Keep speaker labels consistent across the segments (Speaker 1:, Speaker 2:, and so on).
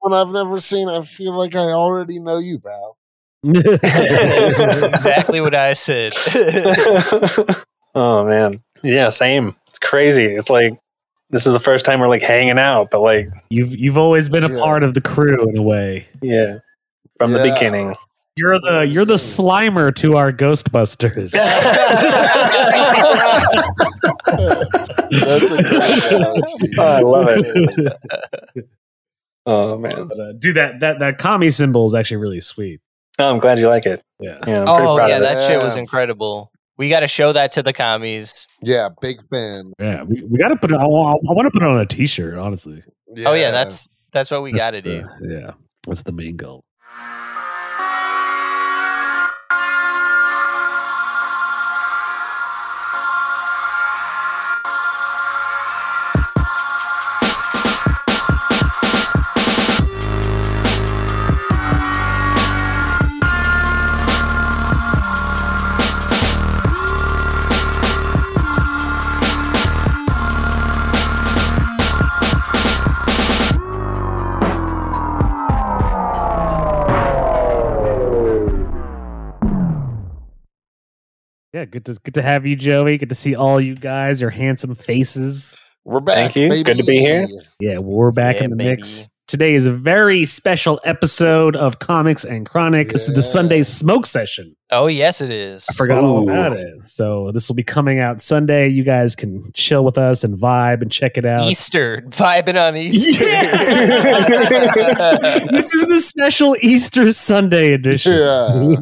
Speaker 1: one I've never seen. I feel like I already know you, pal.
Speaker 2: exactly what I said.
Speaker 3: oh man, yeah, same. It's crazy. It's like this is the first time we're like hanging out, but like
Speaker 4: You've you've always been a
Speaker 1: Yeah.
Speaker 4: part of the crew in a way.
Speaker 3: yeah, from the
Speaker 1: Yeah.
Speaker 3: beginning.
Speaker 4: You're the you're the Slimer to our Ghostbusters.
Speaker 1: That's a great analogy.
Speaker 3: Oh, I love it. oh man,
Speaker 4: But, uh, dude, that that that commie symbol is actually really sweet.
Speaker 3: no, I'm glad you like it.
Speaker 4: Yeah.
Speaker 3: Yeah, I'm pretty
Speaker 2: oh
Speaker 3: proud
Speaker 2: yeah,
Speaker 3: of it.
Speaker 2: that shit was
Speaker 1: Yeah.
Speaker 2: incredible. We got to show that to the commies.
Speaker 1: Yeah, big fan.
Speaker 4: Yeah, we, we got to put it. I, want to put it on a T-shirt, honestly.
Speaker 2: Oh yeah, that's that's what we got to do.
Speaker 4: Uh, yeah, that's the main goal. Yeah, good to good to have you, Joey. Good to see all you guys, your handsome faces.
Speaker 1: we're back.
Speaker 3: Thank you. Good to be here.
Speaker 4: Yeah, we're back
Speaker 2: Yeah,
Speaker 4: in the mix.
Speaker 2: baby.
Speaker 4: Today is a very special episode of Comics and Chronic. This is the
Speaker 1: Yeah.
Speaker 4: Sunday smoke session.
Speaker 2: Oh yes, it is.
Speaker 4: I forgot all
Speaker 3: Ooh.
Speaker 4: about it. So this will be coming out Sunday. You guys can chill with us and vibe and check it out.
Speaker 2: Easter vibing on Easter.
Speaker 3: Yeah.
Speaker 4: this is the special Easter Sunday edition.
Speaker 1: Yeah.
Speaker 2: we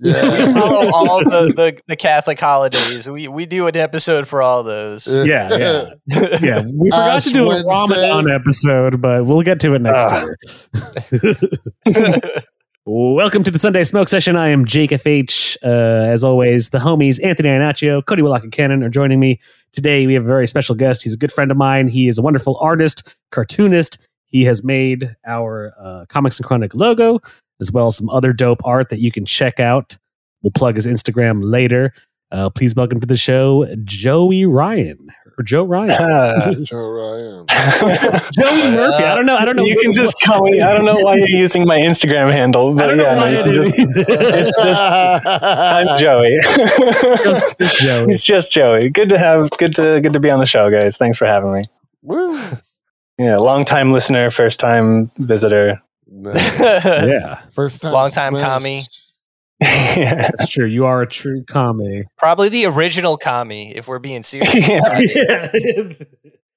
Speaker 1: Yeah.
Speaker 2: follow all the, the, the Catholic holidays. We we do an episode for all those.
Speaker 4: yeah, yeah, yeah. We forgot
Speaker 1: Ash
Speaker 4: to do a
Speaker 1: Wednesday.
Speaker 4: Ramadan episode, but we'll get to it next
Speaker 3: Ah.
Speaker 4: time. Welcome to the Sunday Smoke Session. I am Jake FH. Uh, as always, the homies Anthony Iannaccio, Cody Willock, and Cannon are joining me today. We have a very special guest. He's a good friend of mine. He is a wonderful artist, cartoonist. He has made our uh, Comics and Chronic logo, as well as some other dope art that you can check out. We'll plug his Instagram later. Uh, please welcome to the show, Joey Ryan or Joe Ryan,
Speaker 1: Joe Ryan.
Speaker 4: Joey Murphy. I don't know. I don't know.
Speaker 3: You can just call me. I don't know why you're using my Instagram handle,
Speaker 4: I
Speaker 3: but
Speaker 4: don't know
Speaker 3: yeah,
Speaker 4: why
Speaker 3: you
Speaker 4: I
Speaker 3: can
Speaker 4: did
Speaker 3: just,
Speaker 4: it.
Speaker 3: it's just- I'm Joey.
Speaker 4: Just- just Joey.
Speaker 3: it's just Joey. Good to have. Good to good to be on the show, guys. Thanks for having me.
Speaker 1: Woo.
Speaker 3: Yeah, long time listener, first time visitor.
Speaker 1: Nice.
Speaker 4: Yeah.
Speaker 1: First time.
Speaker 2: Long time
Speaker 1: smashed.
Speaker 2: commie.
Speaker 3: yeah.
Speaker 4: That's true. You are a true commie.
Speaker 2: Probably the original commie, if we're being serious.
Speaker 3: yeah.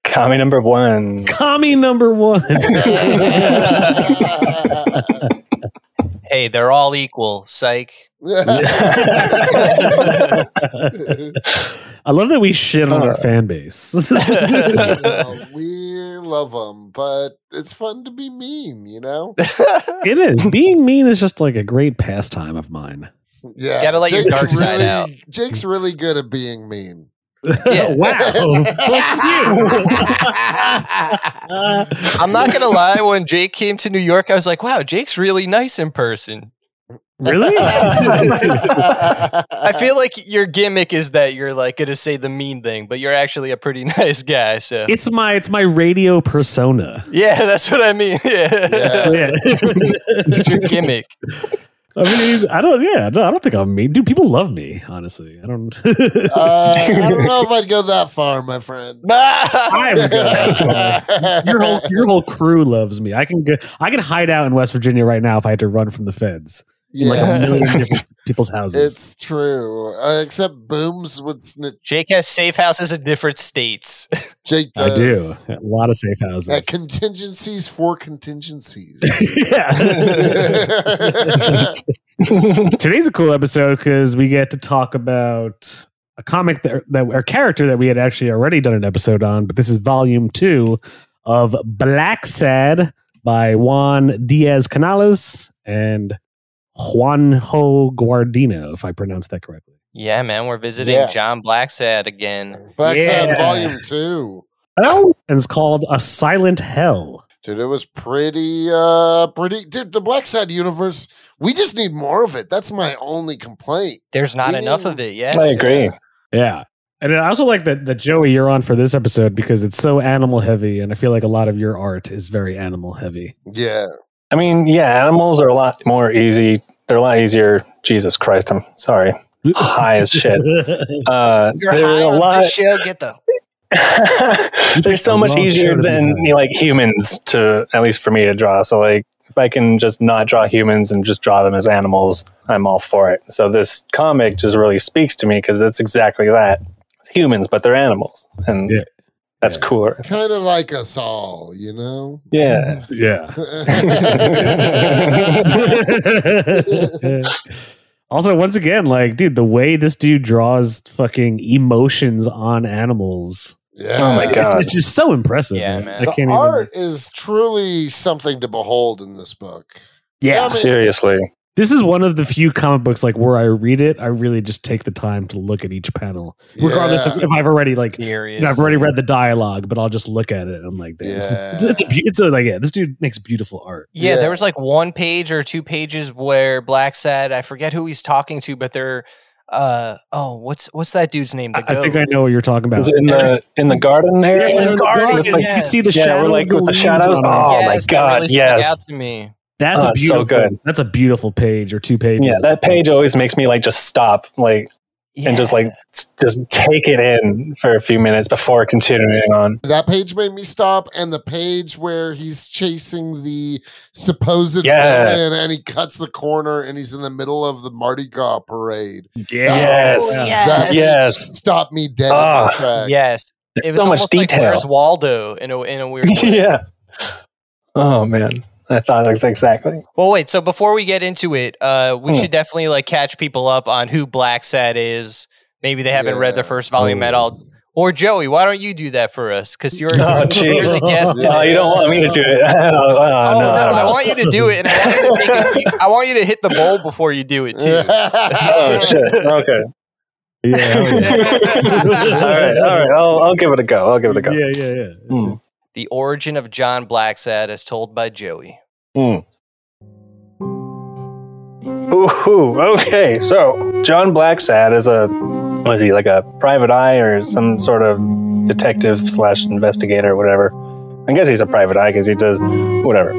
Speaker 3: Commie number one.
Speaker 4: commie number one.
Speaker 2: hey, they're all equal. Psych.
Speaker 4: I love that we shit on our
Speaker 3: Uh.
Speaker 4: fan base.
Speaker 1: Yeah, we love them, but it's fun to be mean, you know?
Speaker 4: it is. Being mean is just like a great pastime of mine.
Speaker 1: Yeah.
Speaker 2: Gotta let your dark side
Speaker 1: really,
Speaker 2: out.
Speaker 1: Jake's really good at being mean.
Speaker 2: Yeah.
Speaker 4: wow. Fuck you. Uh,
Speaker 2: I'm not gonna lie. When Jake came to New York, I was like, "Wow, Jake's really nice in person."
Speaker 4: really?
Speaker 2: I
Speaker 1: Uh-huh.
Speaker 2: feel like your gimmick is that you're like gonna say the mean thing, but you're actually a pretty nice guy. So
Speaker 4: it's my it's my radio persona.
Speaker 2: yeah, that's what I mean. Yeah,
Speaker 1: Yeah.
Speaker 4: Yeah.
Speaker 2: it's your gimmick.
Speaker 4: I mean, I don't. Yeah, no, I don't think I'm mean. Dude, people love me. Honestly, I don't.
Speaker 1: Uh, I don't know if I'd go that far, my friend.
Speaker 4: I'm good. your whole your whole crew loves me. I can go, I can hide out in West Virginia right now if I had to run from the feds in like a
Speaker 1: Yeah.
Speaker 4: million different people's houses.
Speaker 1: It's true. Uh, except Booms would snitch.
Speaker 2: Jake has safe houses in different states.
Speaker 1: Jake does.
Speaker 4: I do a lot of safe houses.
Speaker 1: At contingencies for contingencies.
Speaker 4: yeah.
Speaker 1: yeah.
Speaker 4: Today's a cool episode because we get to talk about a comic that, that or character that we had actually already done an episode on, but this is volume two of Black Sad by Juan Diaz Canales and Juanjo Guardino, if I pronounced that correctly.
Speaker 2: yeah, man, we're visiting
Speaker 1: Yeah.
Speaker 2: John Blacksad again.
Speaker 1: Backside
Speaker 4: Yeah.
Speaker 1: Volume 2.
Speaker 4: Oh. And it's called A Silent Hell.
Speaker 1: Dude, it was pretty, uh, pretty. Dude, the Black Side universe, we just need more of it. That's my only complaint.
Speaker 2: There's not
Speaker 1: We
Speaker 2: enough
Speaker 1: need-
Speaker 2: of it
Speaker 3: I
Speaker 2: yet.
Speaker 3: agree.
Speaker 4: Yeah. And I also like that, that Joey, you're on for this episode because it's so animal heavy. And I feel like a lot of your art is very animal heavy.
Speaker 1: Yeah.
Speaker 3: I mean, yeah, animals are a lot more easy. They're a lot easier. Jesus Christ, I'm sorry. High as shit. Uh,
Speaker 2: You're
Speaker 3: they're
Speaker 2: high
Speaker 3: a
Speaker 2: on
Speaker 3: lot.
Speaker 2: this show. Get the
Speaker 3: they're so
Speaker 4: a
Speaker 3: much
Speaker 4: long show
Speaker 3: easier
Speaker 4: to be
Speaker 3: than
Speaker 4: done.
Speaker 3: you know, like humans to at least for me to draw. So like if I can just not draw humans and just draw them as animals, I'm all for it. So this comic just really speaks to me because it's exactly that. It's humans, but they're animals, and
Speaker 4: Yeah.
Speaker 3: that's
Speaker 4: Yeah.
Speaker 3: cooler.
Speaker 1: Kind of like us all, you know?
Speaker 3: Yeah,
Speaker 4: yeah. also, once again, like, dude, the way this dude draws fucking emotions on animals.
Speaker 1: yeah.
Speaker 3: Oh my God.
Speaker 4: It's, it's just so impressive.
Speaker 2: Yeah,
Speaker 4: man.
Speaker 2: man.
Speaker 1: The
Speaker 4: I can't even.
Speaker 1: art is truly something to behold in this book.
Speaker 4: Yeah.
Speaker 1: I mean,
Speaker 3: seriously.
Speaker 4: This is one of the few comic books like where I read it, I really just take the time to look at each panel. Regardless
Speaker 1: Yeah.
Speaker 4: of if I've already like
Speaker 2: serious.
Speaker 4: And I've already read the dialogue, but I'll just look at it. And I'm like, damn, it's, it's, it's, a, beau- it's a, like, yeah, this dude makes beautiful art.
Speaker 2: Yeah,
Speaker 1: Yeah.
Speaker 2: there was like one page or two pages where Black said, I forget who he's talking to, but they're uh oh, what's what's that dude's name?
Speaker 4: I,
Speaker 2: The
Speaker 4: I think
Speaker 2: goat.
Speaker 4: I know what you're talking about.
Speaker 3: Is it in the in the garden
Speaker 4: Yeah,
Speaker 3: area?
Speaker 4: in the garden,
Speaker 3: With, like,
Speaker 4: you can see the
Speaker 3: yeah,
Speaker 4: shadow
Speaker 3: we're like
Speaker 4: of the
Speaker 3: with the
Speaker 4: leaves
Speaker 3: shadows.
Speaker 4: on it.
Speaker 3: Oh my
Speaker 2: Yes, that
Speaker 3: god,
Speaker 2: really stuck
Speaker 3: yes.
Speaker 2: out to me.
Speaker 4: That's
Speaker 3: Oh,
Speaker 4: a
Speaker 3: it's so
Speaker 4: beautiful.
Speaker 3: good.
Speaker 4: That's a beautiful page or two pages.
Speaker 3: Yeah, that page always makes me like just stop, like and just
Speaker 2: Yeah.
Speaker 3: like s- just take it in for a few minutes before continuing on.
Speaker 1: That page made me stop, and the page where he's chasing the supposed
Speaker 3: Yeah.
Speaker 1: villain, and he cuts the corner, and he's in the middle of the Mardi Gras parade. Oh.
Speaker 3: Yes.
Speaker 2: Yes.
Speaker 1: That
Speaker 3: Yes.
Speaker 1: stopped me dead. in
Speaker 3: Ah.
Speaker 1: my tracks.
Speaker 2: Yes. It
Speaker 3: There's
Speaker 2: was
Speaker 3: so much
Speaker 2: almost like
Speaker 3: detail.
Speaker 2: Where's Waldo in a in a weird way.
Speaker 3: yeah. Oh man, I thought that's exactly.
Speaker 2: Well, wait. So before we get into it, uh, we
Speaker 3: Hmm.
Speaker 2: should definitely like catch people up on who Black Sat is. Maybe they haven't read the
Speaker 1: Yeah.
Speaker 2: first volume at all. Or Joey, why don't you do that for us? Because you're,
Speaker 3: Oh
Speaker 2: you're the
Speaker 3: jeez.
Speaker 2: guest.
Speaker 1: Yeah.
Speaker 3: Oh,
Speaker 2: today.
Speaker 3: you don't want me to do it. oh,
Speaker 2: Oh, no, I
Speaker 3: no,
Speaker 2: want you to do it, and I want, you to take a- I want you to hit the bowl before you do it too.
Speaker 3: Oh shit. Okay.
Speaker 4: Yeah.
Speaker 3: all right. All right. I'll, I'll give it a go. I'll give it a go.
Speaker 4: yeah, yeah, yeah.
Speaker 3: Hmm.
Speaker 2: the origin of John Blacksad, as told by Joey.
Speaker 3: Mm. Ooh, okay. So John Blacksad is a was he like a private eye or some sort of detective slash investigator or whatever. I guess he's a private eye because he does whatever.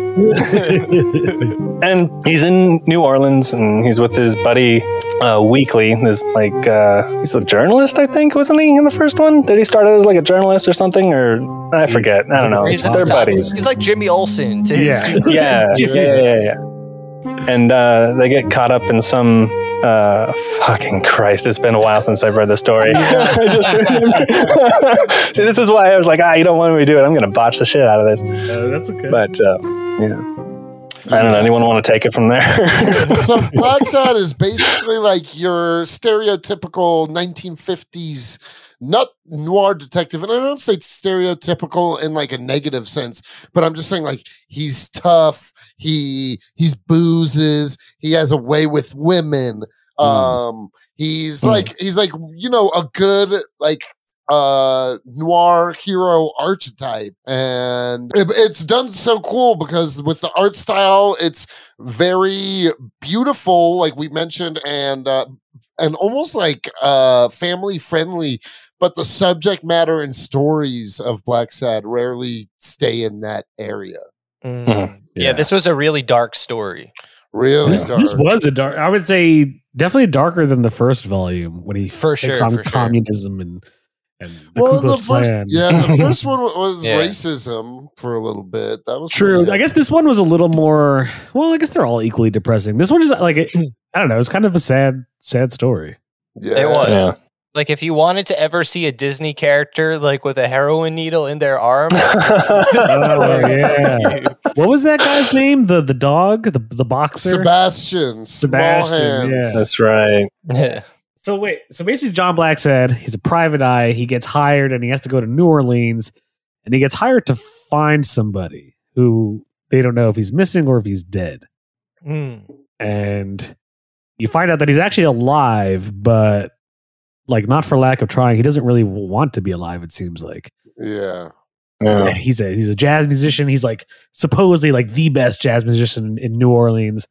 Speaker 3: and he's in New Orleans and he's with his buddy uh, Weekly. This like uh, he's a journalist, I think, wasn't he in the first one? Did he start out as like a journalist or something? Or I forget. I don't know.
Speaker 2: He's at the
Speaker 3: Oh, They're
Speaker 2: top.
Speaker 3: buddies
Speaker 2: He's like Jimmy Olsen to his
Speaker 4: Yeah.
Speaker 2: super-
Speaker 3: yeah, yeah, yeah, yeah. And uh, they get caught up in some. Uh, fucking Christ! It's been a while since I've read the story. I just remembered. See, this is why I was like, ah, you don't want me to do it. I'm gonna botch the shit out of this.
Speaker 4: Uh, that's okay.
Speaker 3: But uh, yeah, I don't know. Anyone want to take it from there?
Speaker 1: so Black Sad is basically like your stereotypical 1950s nut noir detective and i don't say stereotypical in like a negative sense but i'm just saying like he's tough he he's boozes he has a way with women um he's
Speaker 3: Mm.
Speaker 1: like he's like you know a good like uh noir hero archetype and it- it's done so cool because with the art style it's very beautiful like we mentioned and uh and almost like uh family friendly but the subject matter and stories of black sad rarely stay in that area
Speaker 2: Mm.
Speaker 3: Mhm.
Speaker 2: Yeah.
Speaker 4: Yeah.
Speaker 2: this was a really dark story.
Speaker 1: really
Speaker 4: this, this
Speaker 1: dark.
Speaker 4: was a dark. I would say definitely darker than the first volume when he
Speaker 2: For
Speaker 4: takes
Speaker 2: sure,
Speaker 4: on
Speaker 2: for sure.
Speaker 4: communism and and the
Speaker 1: well,
Speaker 4: Ku Klux
Speaker 1: the first,
Speaker 4: Klan.
Speaker 1: yeah, the first one was
Speaker 2: Yeah.
Speaker 1: racism for a little bit. That was
Speaker 4: True.
Speaker 1: pretty-
Speaker 4: I guess this one was a little more. Well, I guess they're all equally depressing. This one is like it, I don't know. It's kind of a sad, sad story.
Speaker 1: Yeah.
Speaker 2: It was.
Speaker 3: Yeah.
Speaker 2: Like if you wanted to ever see a Disney character like with a heroin needle in their arm,
Speaker 4: Oh, yeah. What was that guy's name? The the dog, the the boxer.
Speaker 1: Sebastian.
Speaker 4: Sebastian,
Speaker 1: Sebastian.
Speaker 4: yeah.
Speaker 3: That's right.
Speaker 4: So wait, so basically, John Black said he's a private eye. He gets hired, and he has to go to New Orleans, and he gets hired to find somebody who they don't know if he's missing or if he's dead.
Speaker 2: Mm.
Speaker 4: And you find out that he's actually alive, but like not for lack of trying. He doesn't really want to be alive. It seems like.
Speaker 1: Yeah.
Speaker 3: Yeah.
Speaker 4: he's a he's a jazz musician. He's like supposedly like the best jazz musician in New Orleans,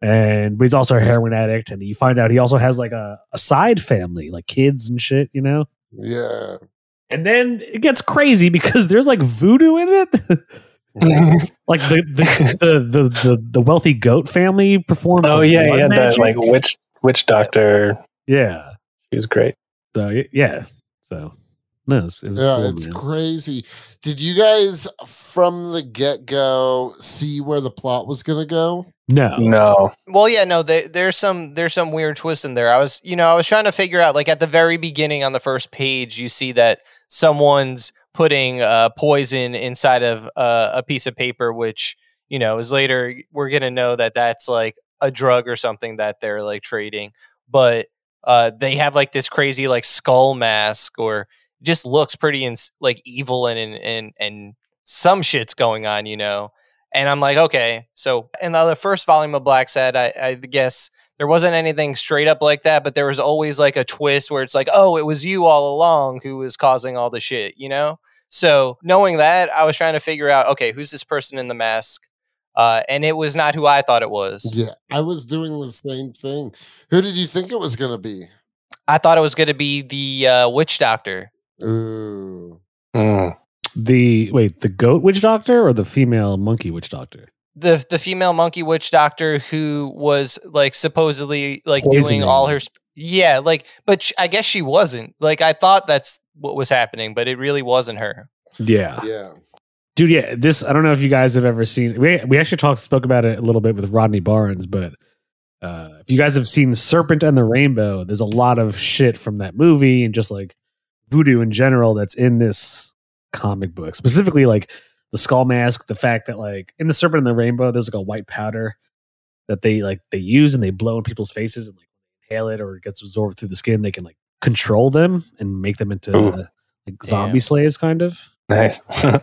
Speaker 4: and but he's also a heroin addict. And you find out he also has like a, a side family, like kids and shit, you know.
Speaker 1: Yeah.
Speaker 4: And then it gets crazy because there's like voodoo in it. Like the the, the, the, the the wealthy goat family performs.
Speaker 3: oh
Speaker 4: like,
Speaker 3: yeah,
Speaker 4: blood
Speaker 3: yeah, that
Speaker 4: magic.
Speaker 3: like witch witch doctor.
Speaker 4: yeah.
Speaker 3: She was great.
Speaker 4: So y- yeah. So no, it was, it was
Speaker 1: yeah,
Speaker 4: cool,
Speaker 1: it's
Speaker 4: man.
Speaker 1: crazy. Did you guys from the get go see where the plot was going to go?
Speaker 4: no.
Speaker 3: No,
Speaker 2: Well, yeah, no, there, there's some there's some weird twist in there. I was, you know, I was trying to figure out like at the very beginning on the first page, you see that someone's putting uh, poison inside of uh, a piece of paper, which you know is later we're gonna know that that's like a drug or something that they're like trading. But uh, they have like this crazy like skull mask, or just looks pretty ins- like evil and and and and some shit's going on, you know. And I'm like, okay. So in the other first volume of Black Sad, I, I guess there wasn't anything straight up like that, but there was always like a twist where it's like, oh, it was you all along who was causing all the shit, you know? So knowing that, I was trying to figure out, okay, who's this person in the mask? Uh, and it was not who I thought it was.
Speaker 1: Yeah, I was doing the same thing. Who did you think it was going to be?
Speaker 2: I thought it was going to be the uh, witch doctor.
Speaker 1: Ooh.
Speaker 3: Mm.
Speaker 4: The wait, the goat witch doctor or the female monkey witch doctor?
Speaker 2: the the female monkey witch doctor who was like supposedly like doing
Speaker 4: Poisoning.
Speaker 2: all her sp- yeah like but sh- I guess she wasn't like I thought that's what was happening but it really wasn't her. Uh,
Speaker 4: Yeah.
Speaker 1: Yeah.
Speaker 4: Dude, yeah, this I don't know if you guys have ever seen we we actually talked spoke about it a little bit with Rodney Barnes, but uh if you guys have seen Serpent and the Rainbow, there's a lot of shit from that movie and just like voodoo in general that's in this comic book. Specifically like the skull mask, the fact that like in the Serpent and the Rainbow, there's like a white powder that they like they use and they blow in people's faces and like inhale it or it gets absorbed through the skin, they can like control them and make them into
Speaker 3: Ooh.
Speaker 4: uh, like zombie slaves kind of.
Speaker 3: Nice.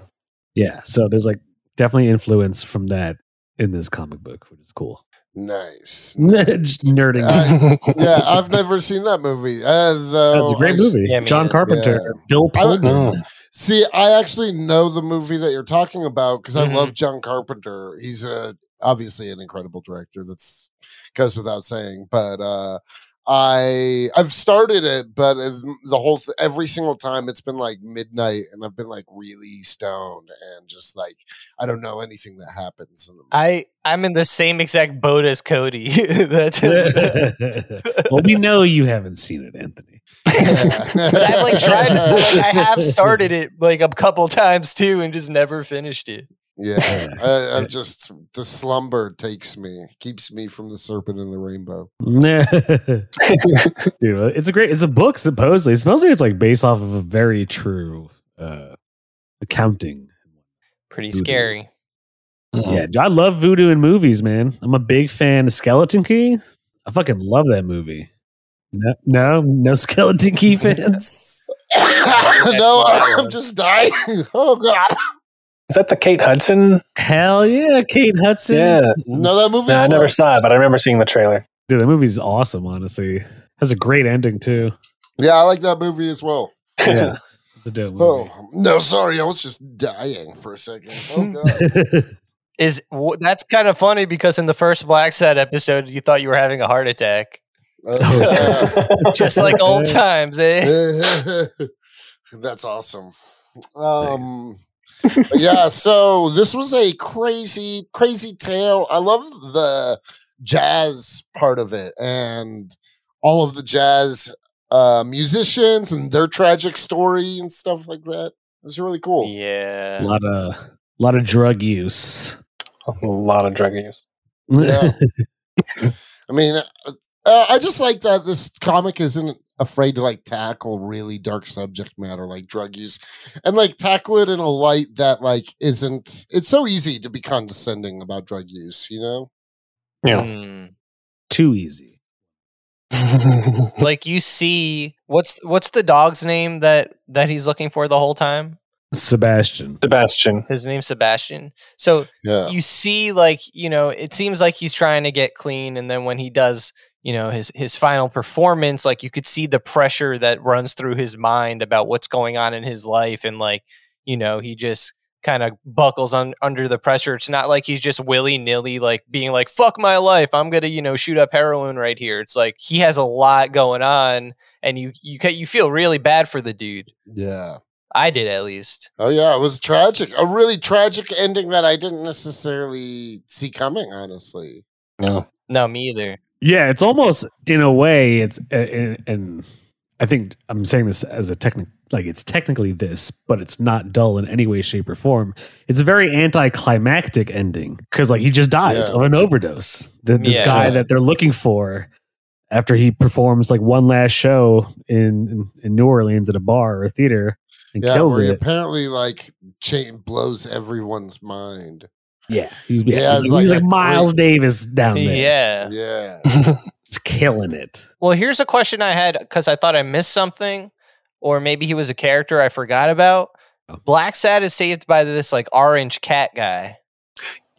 Speaker 4: Yeah, so there's like definitely influence from that in this comic book, which is cool.
Speaker 1: Nice.
Speaker 4: Just nerding.
Speaker 1: Uh, yeah, I've never seen that movie. Uh, though
Speaker 4: That's a great
Speaker 1: I-
Speaker 4: movie.
Speaker 2: yeah, I mean,
Speaker 4: John Carpenter, Bill
Speaker 1: I would-
Speaker 4: Pullman.
Speaker 3: Mm.
Speaker 1: See, I actually know the movie that you're talking about because
Speaker 2: Mhm.
Speaker 1: I
Speaker 4: Mm-hmm.
Speaker 1: love John Carpenter. He's a obviously an incredible director. That's goes without saying. But uh, I I've started it, but uh, the whole th- every single time it's been like midnight, and I've been like really stoned and just like I don't know anything that happens. In the movie.
Speaker 2: I I'm in the same exact boat as Cody. that's
Speaker 4: well, we know you haven't seen it, Anthony.
Speaker 2: but I've like tried like I have started it like a couple times too and just never finished it.
Speaker 1: yeah, I, I'm just the slumber takes me, keeps me from the serpent and the rainbow.
Speaker 4: Dude, it's a great. It's a book supposedly. Supposedly, it's like based off of a very true uh accounting.
Speaker 2: Pretty
Speaker 4: Voodoo.
Speaker 2: scary.
Speaker 4: Yeah, dude, I love voodoo in movies, man. I'm a big fan of Skeleton Key. I fucking love that movie. No, no, no Skeleton Key fans.
Speaker 1: no, I'm just dying. Oh god.
Speaker 3: Is that the Kate Hudson?
Speaker 4: Hell yeah, Kate Hudson.
Speaker 3: Yeah.
Speaker 1: No, that movie.
Speaker 3: Mm-hmm. No, I never
Speaker 1: was-
Speaker 3: saw it, but I remember seeing the trailer.
Speaker 4: Dude, that movie's awesome, honestly. Has a great ending too.
Speaker 1: Yeah, I like that movie as well.
Speaker 4: Yeah. it's a dope movie.
Speaker 1: Oh no, sorry, I was just dying for a second. Oh god.
Speaker 2: Is wh- that's kind of funny because in the first Black Sad episode you thought you were having a heart attack.
Speaker 3: Oh,
Speaker 1: Uh,
Speaker 2: Just like old times, eh?
Speaker 1: That's awesome. Um, but yeah, so this was a crazy, crazy tale. I love the jazz part of it and all of the jazz uh, musicians and their tragic story and stuff like that. It's really cool.
Speaker 4: a
Speaker 2: Yeah.
Speaker 4: lot of lot of drug use.
Speaker 3: A lot of drug use.
Speaker 1: Yeah. I mean, uh, uh, I just like that this comic isn't afraid to like tackle really dark subject matter like drug use and like tackle it in a light that like isn't it's so easy to be condescending about drug use you know
Speaker 3: Yeah.
Speaker 2: Hmm.
Speaker 4: Too easy.
Speaker 2: Like you see what's what's the dog's name that that he's looking for the whole time?
Speaker 4: Sebastian.
Speaker 3: Sebastian.
Speaker 2: His name's Sebastian. So
Speaker 1: yeah
Speaker 2: you see like, you know, it seems like he's trying to get clean and then when he does, you know, his his final performance, like you could see the pressure that runs through his mind about what's going on in his life and like, you know, he just kind of buckles on under the pressure. It's not like he's just willy-nilly like being like fuck my life. I'm going to, you know, shoot up heroin right here. It's like he has a lot going on and you you ca- you feel really bad for the dude.
Speaker 1: yeah
Speaker 2: I did at least.
Speaker 1: Oh yeah, it was tragic. A really tragic ending that I didn't necessarily see coming, honestly.
Speaker 3: No.
Speaker 2: No, me either.
Speaker 4: Yeah, it's almost in a way. It's and, and I think I'm saying this as a technic, like it's technically this, but it's not dull in any way, shape, or form. It's a very anticlimactic ending because like he just dies
Speaker 1: Yeah.
Speaker 4: of an overdose. The, this
Speaker 2: Yeah.
Speaker 4: guy that they're looking for after he performs like one last show in in, in New Orleans at a bar or a theater and
Speaker 1: Yeah,
Speaker 4: kills
Speaker 1: where he
Speaker 4: it.
Speaker 1: apparently like chain blows everyone's mind.
Speaker 4: Yeah, he's,
Speaker 1: Yeah,
Speaker 4: yeah, he's,
Speaker 1: it's
Speaker 4: like, he's
Speaker 1: like
Speaker 4: like
Speaker 1: a
Speaker 4: Miles
Speaker 1: great-
Speaker 4: Davis down there,
Speaker 2: Yeah.
Speaker 1: Yeah.
Speaker 4: just killing it.
Speaker 2: Well, here's a question I had because I thought I missed something, or maybe he was a character I forgot about. Black Sad is saved by this like orange cat guy.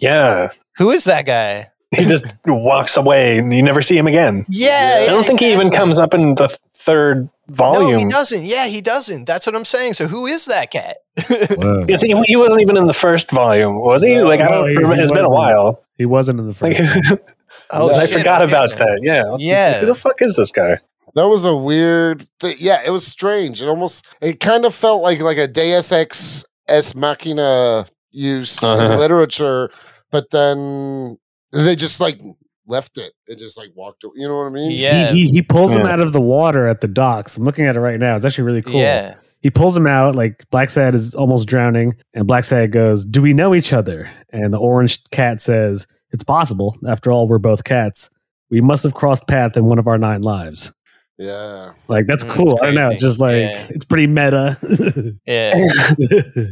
Speaker 3: yeah.
Speaker 2: Who is that guy?
Speaker 3: He just walks away and you never see him again.
Speaker 2: Yeah,
Speaker 3: I don't think he even comes up in the third volume.
Speaker 2: No, he doesn't. Yeah, he doesn't. That's what I'm saying. So who is that cat?
Speaker 4: Whoa.
Speaker 3: Yes, he, he wasn't even in the first volume, was he?
Speaker 1: No,
Speaker 3: like I
Speaker 4: no,
Speaker 3: don't.
Speaker 4: he-
Speaker 3: remember.
Speaker 4: he
Speaker 3: It's been a
Speaker 4: wasn't.
Speaker 3: while.
Speaker 4: He wasn't in the
Speaker 3: Like,
Speaker 4: first. one.
Speaker 1: Oh,
Speaker 3: I
Speaker 1: shit,
Speaker 3: forgot
Speaker 2: yeah.
Speaker 3: about that. Yeah.
Speaker 2: Yeah.
Speaker 3: Who the fuck is this guy?
Speaker 1: That was a weird thing. Yeah, it was strange. It almost it kind of felt like like a Deus Ex es machina use
Speaker 3: Uh-huh.
Speaker 1: in literature, but then they just like left it. It just like walked. away. You know what I mean?
Speaker 2: Yeah.
Speaker 4: He, he, he pulls him
Speaker 3: Yeah.
Speaker 4: out of the water at the docks. I'm looking at it right now. It's actually really cool.
Speaker 2: Yeah.
Speaker 4: He pulls him out, like Black Sad is almost drowning, and Black Sad goes, Do we know each other? And the orange cat says, It's possible. After all, we're both cats. We must have crossed path in one of our nine lives.
Speaker 1: Yeah.
Speaker 4: Like that's
Speaker 2: Mm,
Speaker 4: cool.
Speaker 2: that's
Speaker 4: I don't know.
Speaker 2: crazy.
Speaker 4: It's just like
Speaker 2: Yeah.
Speaker 4: it's pretty meta.
Speaker 2: Yeah.
Speaker 4: And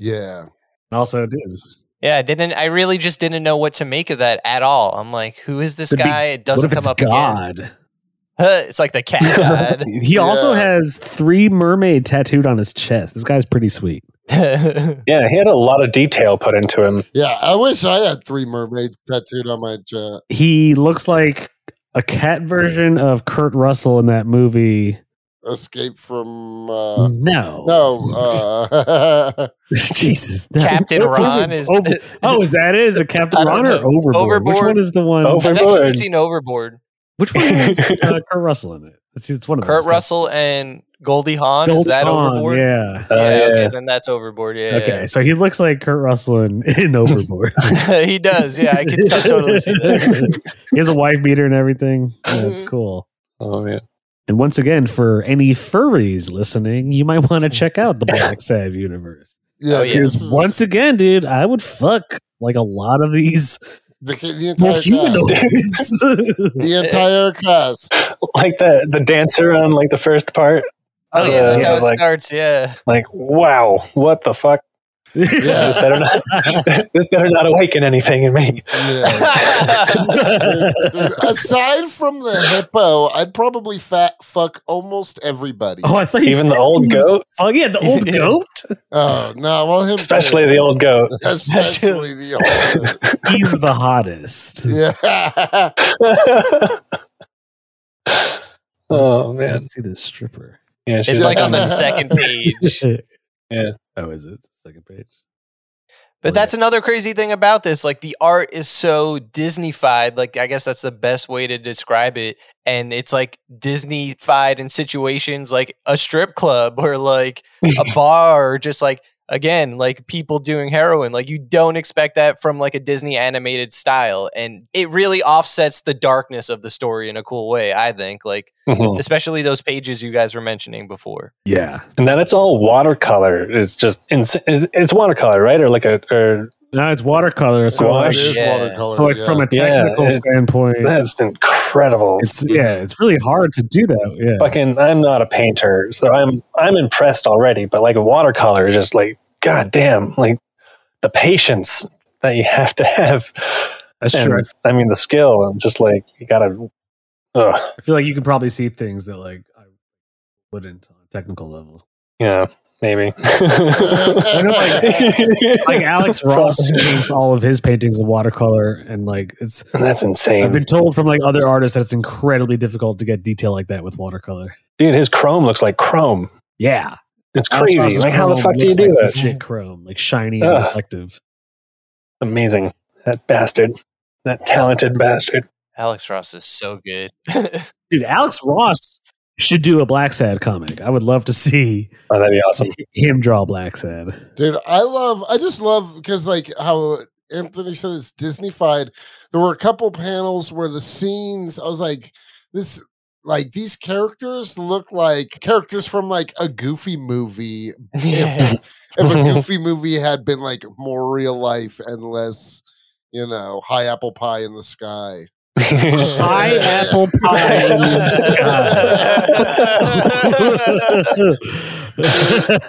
Speaker 1: Yeah.
Speaker 4: also it is.
Speaker 2: Yeah. I Didn't I really just didn't know what to make of that at all. I'm like, who is this
Speaker 4: Could be-
Speaker 2: guy? It doesn't
Speaker 4: what if
Speaker 2: come
Speaker 4: it's
Speaker 2: up again.
Speaker 4: God?
Speaker 2: Huh, it's like the cat god.
Speaker 4: He also
Speaker 1: Yeah.
Speaker 4: has three mermaid tattooed on his chest. This guy's pretty sweet.
Speaker 3: Yeah, he had a lot of detail put into him.
Speaker 1: Yeah. I wish I had three mermaids tattooed on my chest.
Speaker 4: he looks like a cat version of Kurt Russell in that movie.
Speaker 1: Escape from uh
Speaker 4: no,
Speaker 1: no uh
Speaker 4: Jesus, no.
Speaker 2: Captain
Speaker 4: Over-
Speaker 2: Ron is-
Speaker 4: over- oh, is that it? Is it
Speaker 2: I
Speaker 4: Captain
Speaker 2: don't
Speaker 4: Ron or
Speaker 2: know.
Speaker 4: Overboard? Which
Speaker 2: Overboard.
Speaker 4: one is the one?
Speaker 3: Over-
Speaker 2: I've actually
Speaker 3: Overboard.
Speaker 2: seen Overboard.
Speaker 4: Which one has uh, Kurt Russell in it? It's, it's one of
Speaker 2: Kurt
Speaker 4: those.
Speaker 2: Russell and Goldie Hawn.
Speaker 4: Gold
Speaker 2: is that
Speaker 4: on,
Speaker 2: Overboard?
Speaker 4: Yeah.
Speaker 3: Uh,
Speaker 2: Yeah,
Speaker 3: yeah.
Speaker 2: Okay, then that's Overboard. Yeah.
Speaker 4: Okay, so he looks like Kurt Russell in, in Overboard.
Speaker 2: yeah. he does. Yeah, I can t- totally see that. Mm-hmm.
Speaker 4: he has a wife beater and everything. That's cool.
Speaker 3: Oh yeah.
Speaker 4: And once again, for any furries listening, you might want to check out the Black Sad universe.
Speaker 1: yeah,
Speaker 2: Oh, yeah.
Speaker 1: this is
Speaker 4: Once again, dude, I would fuck like a lot of these
Speaker 1: the, the entire
Speaker 4: more
Speaker 1: cast.
Speaker 4: humanoids.
Speaker 1: The entire cast.
Speaker 3: Like the the dancer on like the first part.
Speaker 2: Oh yeah, that's
Speaker 3: Uh,
Speaker 2: how it
Speaker 3: like,
Speaker 2: starts. Yeah.
Speaker 3: like wow, what the fuck?
Speaker 1: Yeah.
Speaker 3: This better not. this better not awaken anything in me.
Speaker 1: Yeah. Dude, aside from the hippo, I'd probably fat fuck almost everybody.
Speaker 4: oh, I thought you
Speaker 3: Even the old goat,
Speaker 4: Oh yeah, the old goat.
Speaker 1: Oh no, well him
Speaker 3: especially the old goat.
Speaker 1: too. especially the old.
Speaker 4: He's the hottest.
Speaker 1: yeah,
Speaker 3: oh man.
Speaker 4: Let's see this stripper.
Speaker 3: Yeah, she's
Speaker 2: It's like on the
Speaker 1: Yeah.
Speaker 2: second page.
Speaker 3: Yeah.
Speaker 4: Oh, is it the second page?
Speaker 2: But that's another crazy thing about this. Like the art is so Disneyfied. Like I guess that's the best way to describe it. And it's like Disneyfied in situations like a strip club or like a bar or just like again like people doing heroin. Like you don't expect that from like a Disney animated style, and it really offsets the darkness of the story in a cool way. I think like
Speaker 3: Mhm.
Speaker 2: especially those pages you guys were mentioning before.
Speaker 4: Yeah.
Speaker 3: and then it's all watercolor. It's just ins- it's it's watercolor, right? Or like a or
Speaker 4: No, it's watercolor. So,
Speaker 1: it
Speaker 3: Gouache.
Speaker 4: like,
Speaker 1: is
Speaker 2: Yeah.
Speaker 1: watercolor.
Speaker 4: so like
Speaker 1: yeah.
Speaker 4: from a
Speaker 3: Oh, Yeah,
Speaker 4: technical
Speaker 3: it-
Speaker 4: standpoint,
Speaker 3: that's incredible.
Speaker 4: it's yeah, it's really hard to do that. Yeah.
Speaker 3: fucking I'm not a painter, so I'm I'm impressed already. But like watercolor is just like god damn, like the patience that you have to have.
Speaker 4: That's
Speaker 3: And,
Speaker 4: true.
Speaker 3: I mean the skill and just like you gotta ugh,
Speaker 4: I feel like you could probably see things that like I wouldn't on a technical level.
Speaker 3: yeah, maybe.
Speaker 1: know, like-
Speaker 4: Like Alex Ross paints all of his paintings in watercolor, and like it's
Speaker 3: That's
Speaker 4: I've
Speaker 3: insane.
Speaker 4: been told from like other artists that it's incredibly difficult to get detail like that with watercolor.
Speaker 3: Dude, his chrome looks like chrome.
Speaker 4: Yeah,
Speaker 3: It's
Speaker 4: Alex
Speaker 3: crazy.
Speaker 4: Ross's
Speaker 3: Like how the
Speaker 4: chrome
Speaker 3: fuck do you
Speaker 4: looks
Speaker 3: do
Speaker 4: like
Speaker 3: that?
Speaker 4: Shit, chrome like shiny
Speaker 3: Ugh.
Speaker 4: and reflective.
Speaker 3: Amazing. That bastard. That talented bastard.
Speaker 2: Alex Ross is so good.
Speaker 4: Dude, Alex Ross should do a Black Sad comic. I would love to see
Speaker 3: Oh, that'd be awesome.
Speaker 4: him draw Black Sad.
Speaker 1: Dude, I love, I just love because like how Anthony said it's Disneyfied. There were a couple panels where the scenes, I was like, this, like these characters look like characters from like a goofy movie.
Speaker 2: Yeah.
Speaker 1: If, if a goofy movie had been like more real life and less, you know, high apple pie in the sky.
Speaker 5: High apple
Speaker 4: Oh,
Speaker 5: pie.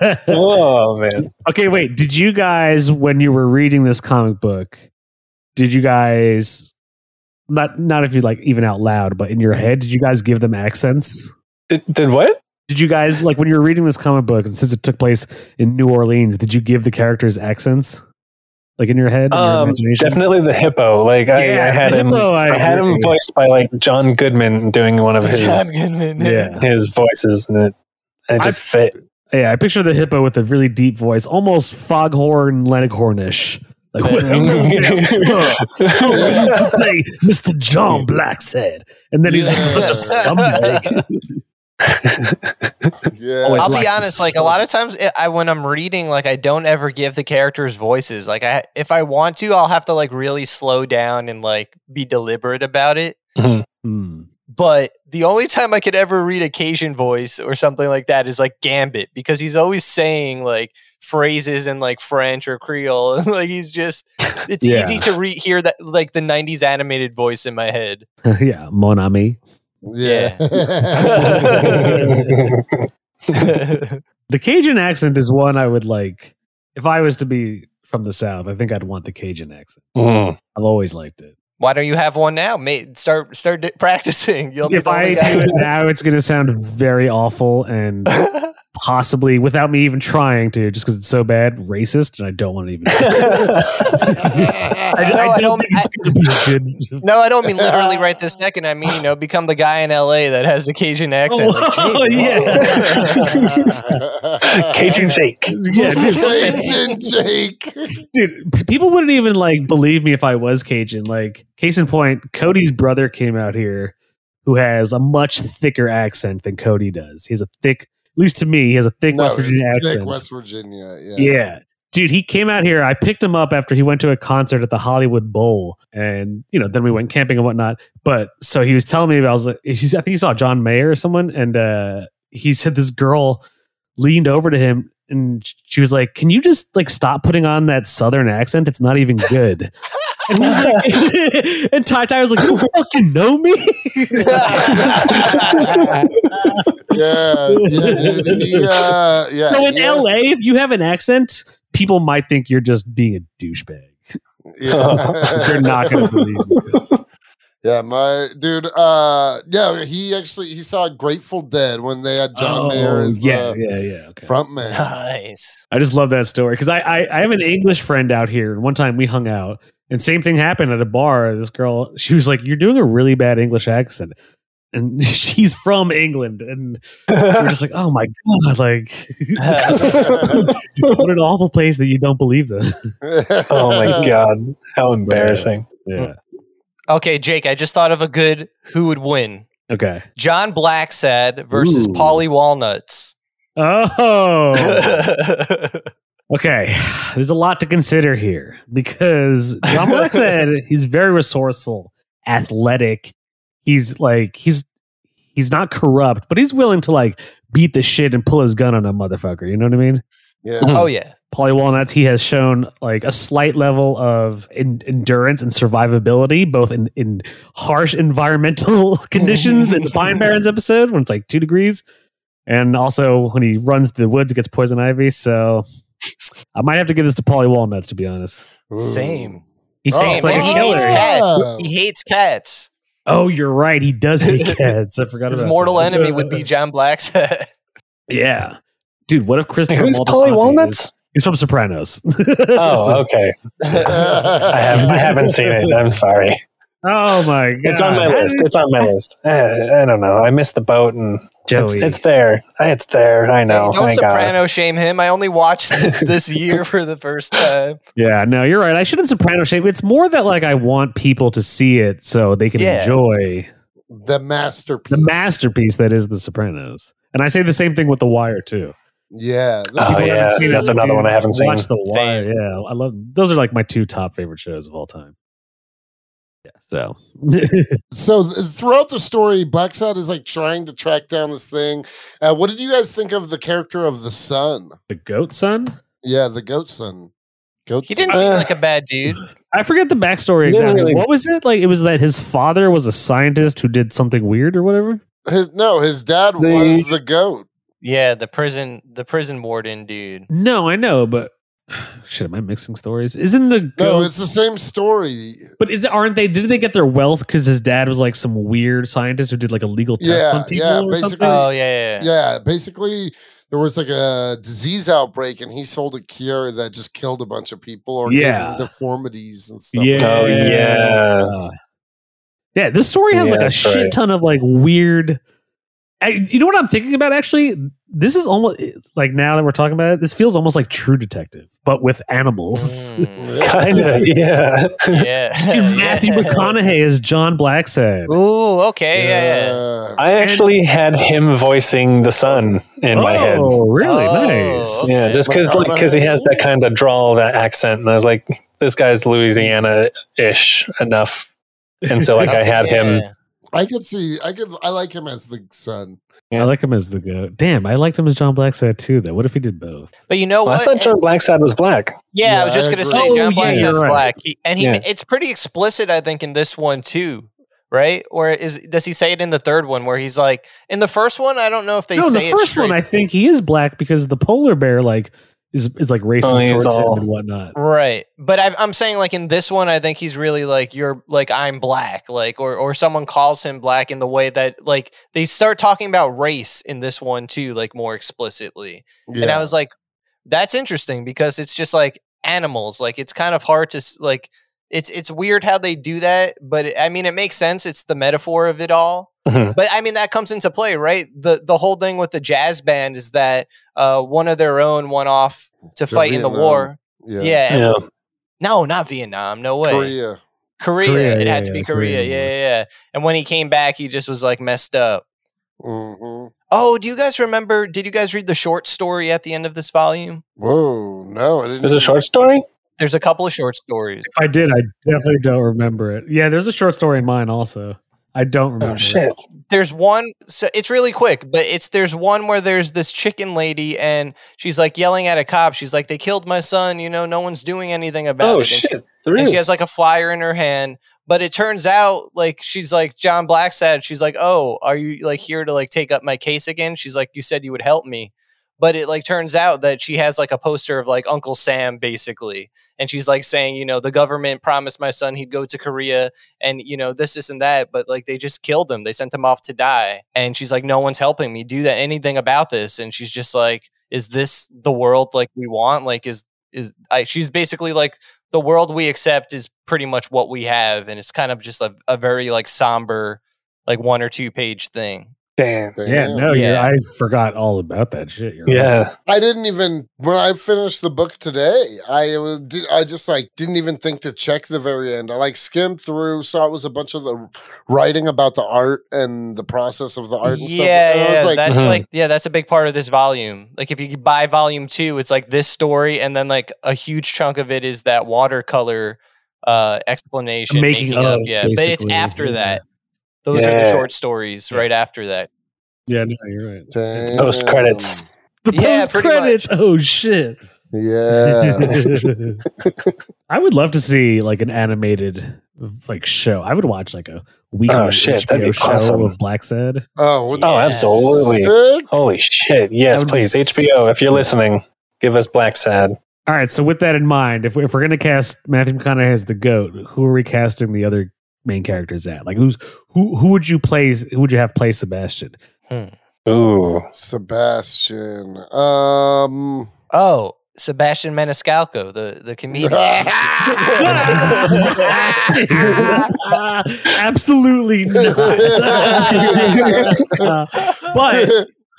Speaker 4: okay,
Speaker 3: oh man,
Speaker 4: wait. Did you guys, when you were reading this comic book, did you guys not not if you like even out loud, but in your head, did you guys give them accents?
Speaker 3: did, did what?
Speaker 4: Did you guys like when you were reading this comic book, and since it took place in New Orleans, did you give the characters accents, like in your head? in your
Speaker 3: Um,
Speaker 4: imagination?
Speaker 3: definitely the hippo. Like I, I
Speaker 4: Yeah,
Speaker 3: had
Speaker 4: the
Speaker 3: him.
Speaker 4: hippo,
Speaker 3: I,
Speaker 4: I
Speaker 3: had him
Speaker 4: agree.
Speaker 3: voiced by like John Goodman doing one of
Speaker 2: John
Speaker 3: his
Speaker 2: Goodman.
Speaker 4: Yeah.
Speaker 3: his voices, and it it
Speaker 4: I-
Speaker 3: just fit.
Speaker 4: Yeah, I picture the hippo with a really deep voice, almost foghorn Lennighornish. Like,
Speaker 2: Yeah.
Speaker 4: what today, Mr. John Black said. And then he's just
Speaker 1: Yeah.
Speaker 4: such a scumbag.
Speaker 1: Yeah.
Speaker 4: Always
Speaker 2: I'll be
Speaker 4: like
Speaker 2: honest.
Speaker 4: this.
Speaker 2: Like a lot of times, eh, I- I when I'm reading, like I don't ever give the characters voices. Like I, if I want to, I'll have to like really slow down and like be deliberate about it.
Speaker 4: Hmm.
Speaker 2: But the only time I could ever read a Cajun voice or something like that is like Gambit because he's always saying like phrases in like French or Creole. like he's just, it's
Speaker 4: Yeah.
Speaker 2: easy to re- hear that like the '90s animated voice in my head.
Speaker 4: yeah, Mon Ami.
Speaker 1: Yeah.
Speaker 4: The Cajun accent is one I would like. If I was to be from the South, I think I'd want the Cajun accent.
Speaker 3: Mm.
Speaker 4: I've always liked it.
Speaker 2: Why don't you have one now? Mate, start start di- practicing. You'll be
Speaker 4: If
Speaker 2: the
Speaker 4: I
Speaker 2: only
Speaker 4: do
Speaker 2: guy.
Speaker 4: it now, it's going to sound very awful and possibly, without me even trying to, just because it's so bad, racist, and I don't want to even. I,
Speaker 2: No,
Speaker 4: I
Speaker 2: I
Speaker 4: don't
Speaker 2: don't-
Speaker 4: think it's going to be good.
Speaker 2: No, I don't mean literally right this second. I mean, you know, become the guy in LA that has the Cajun accent. Like,
Speaker 4: Oh,
Speaker 2: gee,
Speaker 4: yeah.
Speaker 3: Cajun shake.
Speaker 4: yeah, dude,
Speaker 1: Cajun Jake.
Speaker 4: dude, p- people wouldn't even like believe me if I was Cajun. Like, case in point, Cody's brother came out here, who has a much thicker accent than Cody does. He has a thick, at least to me, he has a thick
Speaker 1: No,
Speaker 4: West Virginia
Speaker 1: it's Nick
Speaker 4: accent.
Speaker 1: West Virginia. Yeah.
Speaker 4: yeah. dude, he came out here. I picked him up after he went to a concert at the Hollywood Bowl, and you know, then we went camping and whatnot. But so he was telling me about. I was like, he's, I think he saw John Mayer or someone, and uh, he said this girl leaned over to him and she was like, "Can you just like stop putting on that southern accent? It's not even good." and, he was like- and Ty Ty was like, "You fucking know me."
Speaker 1: Yeah. Yeah. dude, he, uh, yeah.
Speaker 4: so in
Speaker 1: he-
Speaker 4: LA, if you have an accent, people might think you're just being a douchebag.
Speaker 1: yeah.
Speaker 4: They're not going to believe you.
Speaker 1: Yeah, my dude. Uh, yeah, he actually he saw Grateful Dead when they had John Mayer as
Speaker 4: Oh, yeah,
Speaker 1: the
Speaker 4: yeah, yeah. Okay.
Speaker 1: front man.
Speaker 2: nice.
Speaker 4: I just love that story because I, I I have an English friend out here, and one time we hung out, and same thing happened at a bar. This girl, she was like, "You're doing a really bad English accent," and she's from England, and we're just like, "Oh my god!" Like, what an awful place that you don't believe this.
Speaker 3: oh my god, how embarrassing!
Speaker 4: Yeah.
Speaker 2: Okay, Jake, I just thought of a good who would win.
Speaker 4: Okay.
Speaker 2: John Black said versus
Speaker 4: Ooh.
Speaker 2: Polly Walnuts.
Speaker 4: Oh. Okay, there's a lot to consider here because John Black said he's very resourceful, athletic. He's like he's he's not corrupt, but he's willing to like beat the shit and pull his gun on a motherfucker. You know what I mean?
Speaker 1: Yeah,
Speaker 3: Hmm.
Speaker 2: oh yeah.
Speaker 4: Polly Walnuts, he has shown like a slight level of en- endurance and survivability, both in, in harsh environmental conditions in the Pine Barrens episode when it's like two degrees, and also when he runs through the woods, gets poison ivy. So I might have to give this to Polly Walnuts, to be honest.
Speaker 2: Same.
Speaker 4: He
Speaker 1: Oh,
Speaker 4: sounds
Speaker 2: Same.
Speaker 4: like a
Speaker 2: And he hates
Speaker 4: killer.
Speaker 1: Wow.
Speaker 3: Oh.
Speaker 2: cats. He hates cats.
Speaker 4: Oh, you're right. He does hate cats. I forgot
Speaker 2: His
Speaker 4: about
Speaker 2: mortal
Speaker 4: that.
Speaker 2: enemy would be John Black said.
Speaker 4: Yeah. Dude, what if Christopher
Speaker 3: Who's
Speaker 4: Moltisanti
Speaker 3: Polly
Speaker 4: is-
Speaker 3: Walnuts?
Speaker 4: He's from Sopranos.
Speaker 3: Oh, okay. I, have, I haven't seen it. I'm sorry.
Speaker 4: Oh my god.
Speaker 3: It's on my list. It's on my list. I, I don't know. I missed the boat, and
Speaker 4: Joey.
Speaker 3: it's, it's there. It's there. I know.
Speaker 2: Don't
Speaker 3: Thank God.
Speaker 2: soprano shame him. I only watched it this year for the first time.
Speaker 4: Yeah, no, you're right. I shouldn't soprano shape. It's more that like I want people to see it so they can
Speaker 2: Yeah.
Speaker 4: enjoy
Speaker 1: the masterpiece.
Speaker 4: the masterpiece that is The Sopranos. And I say the same thing with The Wire too.
Speaker 1: Yeah.
Speaker 3: Oh,
Speaker 4: People haven't
Speaker 3: yeah.
Speaker 4: seen it,
Speaker 3: That's
Speaker 4: dude.
Speaker 3: another one I haven't
Speaker 4: Watch
Speaker 3: seen.
Speaker 4: The Wire.
Speaker 2: Same.
Speaker 4: Yeah, I love those. Are like my two top favorite shows of all time. Yeah. So
Speaker 1: So th- throughout the story, Buckshot is like trying to track down this thing. Uh, what did you guys think of the character of the son?
Speaker 4: the Goat Son.
Speaker 1: Yeah, the goat son. Goat.
Speaker 2: He
Speaker 1: son.
Speaker 2: didn't seem
Speaker 3: Uh,
Speaker 2: like a bad dude.
Speaker 4: I forget the backstory
Speaker 3: Didn't
Speaker 4: exactly.
Speaker 3: really-
Speaker 4: What was it like? It was that his father was a scientist who did something weird or whatever.
Speaker 1: Uh, His, no, his dad
Speaker 3: The-
Speaker 1: was the goat.
Speaker 2: Yeah, the prison, the prison warden dude.
Speaker 4: No, I know, but shit, am I mixing stories? Isn't the
Speaker 1: No,
Speaker 4: goat-
Speaker 1: it's the same story.
Speaker 4: But is aren't they? Did they get their wealth because his dad was like some weird scientist who did like illegal tests
Speaker 1: Yeah,
Speaker 4: on people
Speaker 1: yeah,
Speaker 4: or
Speaker 1: basically-
Speaker 4: something?
Speaker 2: Oh yeah, yeah, yeah.
Speaker 1: Yeah, basically there was like a disease outbreak, and he sold a cure that just killed a bunch of people or gave them
Speaker 4: Yeah.
Speaker 1: deformities and stuff.
Speaker 4: Yeah.
Speaker 3: Oh yeah.
Speaker 4: Yeah, this story has
Speaker 3: Yeah,
Speaker 4: like a
Speaker 3: that's
Speaker 4: shit
Speaker 3: right.
Speaker 4: ton of like weird. I, you know what I'm thinking about? Actually, this is almost like now that we're talking about it, this feels almost like True Detective, but with animals.
Speaker 2: Mm,
Speaker 1: Yeah.
Speaker 3: Kinda, yeah.
Speaker 2: yeah.
Speaker 4: Dude, Matthew
Speaker 2: Mm. yeah.
Speaker 4: McConaughey is John Blackson.
Speaker 2: Ooh, okay, yeah, yeah.
Speaker 3: I actually had him voicing the sun in my head.
Speaker 4: Oh, really?
Speaker 2: Oh,
Speaker 4: nice.
Speaker 2: okay.
Speaker 3: Yeah, just because like because he has that kind of drawl, that accent, and I was like, this guy's Louisiana-ish enough, and so like I had him.
Speaker 2: Yeah.
Speaker 1: I could see. I could. I like him as the son.
Speaker 4: I like him as the goat. Damn, I liked him as John Blackson too. Though, what if he did both?
Speaker 2: But you know
Speaker 3: Well, I
Speaker 2: what?
Speaker 3: thought John Blackside was black.
Speaker 2: yeah,
Speaker 1: Yeah,
Speaker 2: I was just
Speaker 1: I
Speaker 2: gonna
Speaker 1: agree.
Speaker 2: say
Speaker 4: Oh,
Speaker 2: John
Speaker 4: yeah,
Speaker 2: Black
Speaker 4: you're
Speaker 2: says
Speaker 4: right.
Speaker 2: black, he, and he
Speaker 3: Yeah.
Speaker 2: it's pretty explicit, I think, in this one too, right? Or is does he say it in the third one where he's like in the first one? I don't know if they
Speaker 4: no, in
Speaker 2: say
Speaker 4: the first
Speaker 2: it straight.
Speaker 4: one, I think he is black because the polar bear like is is like racist
Speaker 3: Oh, he's
Speaker 4: towards
Speaker 3: all-
Speaker 4: him and whatnot.
Speaker 2: Right, but I've, I'm saying like in this one, I think he's really like you're like I'm black, like or or someone calls him black in the way that like they start talking about race in this one too, like more explicitly.
Speaker 1: Yeah.
Speaker 2: And I was like, that's interesting because it's just like animals. Like it's kind of hard to s- like it's it's weird how they do that, but it, I mean it makes sense. It's the metaphor of it all.
Speaker 3: Mhm.
Speaker 2: But I mean that comes into play, right? The the whole thing with the jazz band is that uh, one of their own went off to
Speaker 1: To
Speaker 2: fight in the
Speaker 1: Vietnam.
Speaker 2: war.
Speaker 1: yeah.
Speaker 2: Yeah.
Speaker 3: Yeah,
Speaker 2: No, not Vietnam. No way. Korea.
Speaker 1: Korea.
Speaker 4: Korea,
Speaker 2: it
Speaker 4: yeah,
Speaker 2: had to be
Speaker 4: yeah,
Speaker 2: Korea.
Speaker 4: Korea,
Speaker 2: Yeah,
Speaker 4: yeah.
Speaker 2: yeah, yeah. And when he came back, he just was like messed up.
Speaker 1: Mhm.
Speaker 2: Oh, do you guys remember? Did you guys read the short story at the end of this volume?
Speaker 1: Whoa, no, I didn't.
Speaker 3: there's a short story.
Speaker 2: There's a couple of short stories.
Speaker 4: If I did, I definitely don't remember it. Yeah, there's a short story in mine also. I don't remember.
Speaker 3: Oh shit!
Speaker 4: It.
Speaker 2: there's one so it's really quick but it's there's one where there's this chicken lady and she's like yelling at a cop she's like they killed my son you know no one's doing anything about it
Speaker 3: Oh
Speaker 2: And she-
Speaker 3: shit! There
Speaker 2: and
Speaker 3: is.
Speaker 2: she has like a flyer in her hand but it turns out like she's like john black said she's like oh are you like here to like take up my case again she's like you said you would help me but it like turns out that she has like a poster of like uncle sam basically and she's like saying you know the government promised my son he'd go to korea and you know this this and that but like they just killed him they sent him off to die and she's like no one's helping me do that anything about this and she's just like is this the world like we want like is is I, she's basically like the world we accept is pretty much what we have and it's kind of just a, a very like somber like one or two page thing
Speaker 3: Damn.
Speaker 4: Yeah,
Speaker 1: Damn.
Speaker 4: no, yeah.
Speaker 2: Yeah.
Speaker 4: I forgot all about that shit. You're right.
Speaker 3: Yeah.
Speaker 1: I didn't even when I finished the book today. I uh, did. I just like didn't even think to check the very end. I like skimmed through, saw it was a bunch of the writing about the art and the process of the art. And
Speaker 2: yeah
Speaker 1: stuff. and I
Speaker 2: yeah
Speaker 1: was like,
Speaker 4: Uh-huh.
Speaker 2: that's
Speaker 3: Mhm.
Speaker 2: like yeah that's a big part of this volume like if you buy volume two it's like this story and then like a huge chunk of it is that watercolor uh explanation
Speaker 4: Making
Speaker 2: making,
Speaker 4: of,
Speaker 2: up yeah but it's
Speaker 4: basically,
Speaker 2: after
Speaker 4: yeah.
Speaker 2: that those are the
Speaker 3: Yeah.
Speaker 2: short stories
Speaker 4: Yeah.
Speaker 2: right after that
Speaker 4: yeah, no, you're right.
Speaker 1: Damn.
Speaker 3: Post credits.
Speaker 4: The
Speaker 2: Yeah,
Speaker 4: post
Speaker 2: pretty much.
Speaker 4: credits. Oh shit.
Speaker 1: Yeah.
Speaker 4: I would love to see like an animated like show. I would watch like a weekly
Speaker 3: Oh, shit,
Speaker 4: HBO
Speaker 3: that'd be
Speaker 4: show
Speaker 3: awesome.
Speaker 4: of Black said.
Speaker 1: oh, what
Speaker 3: Oh,
Speaker 2: Yes.
Speaker 3: absolutely.
Speaker 1: the
Speaker 3: Holy shit! Yes,
Speaker 4: That would be
Speaker 3: please, HBO, if you're listening, give us Black Sad.
Speaker 4: All right, so with that in mind, if, we, if we're gonna cast Matthew McConaughey as the goat, who are we casting the other main characters at? Like who's who? Who would you play? Who would you have play Sebastian?
Speaker 3: Ooh,
Speaker 1: Sebastian. Um.
Speaker 2: oh sebastian maniscalco the the comedian
Speaker 4: Absolutely not. Uh, but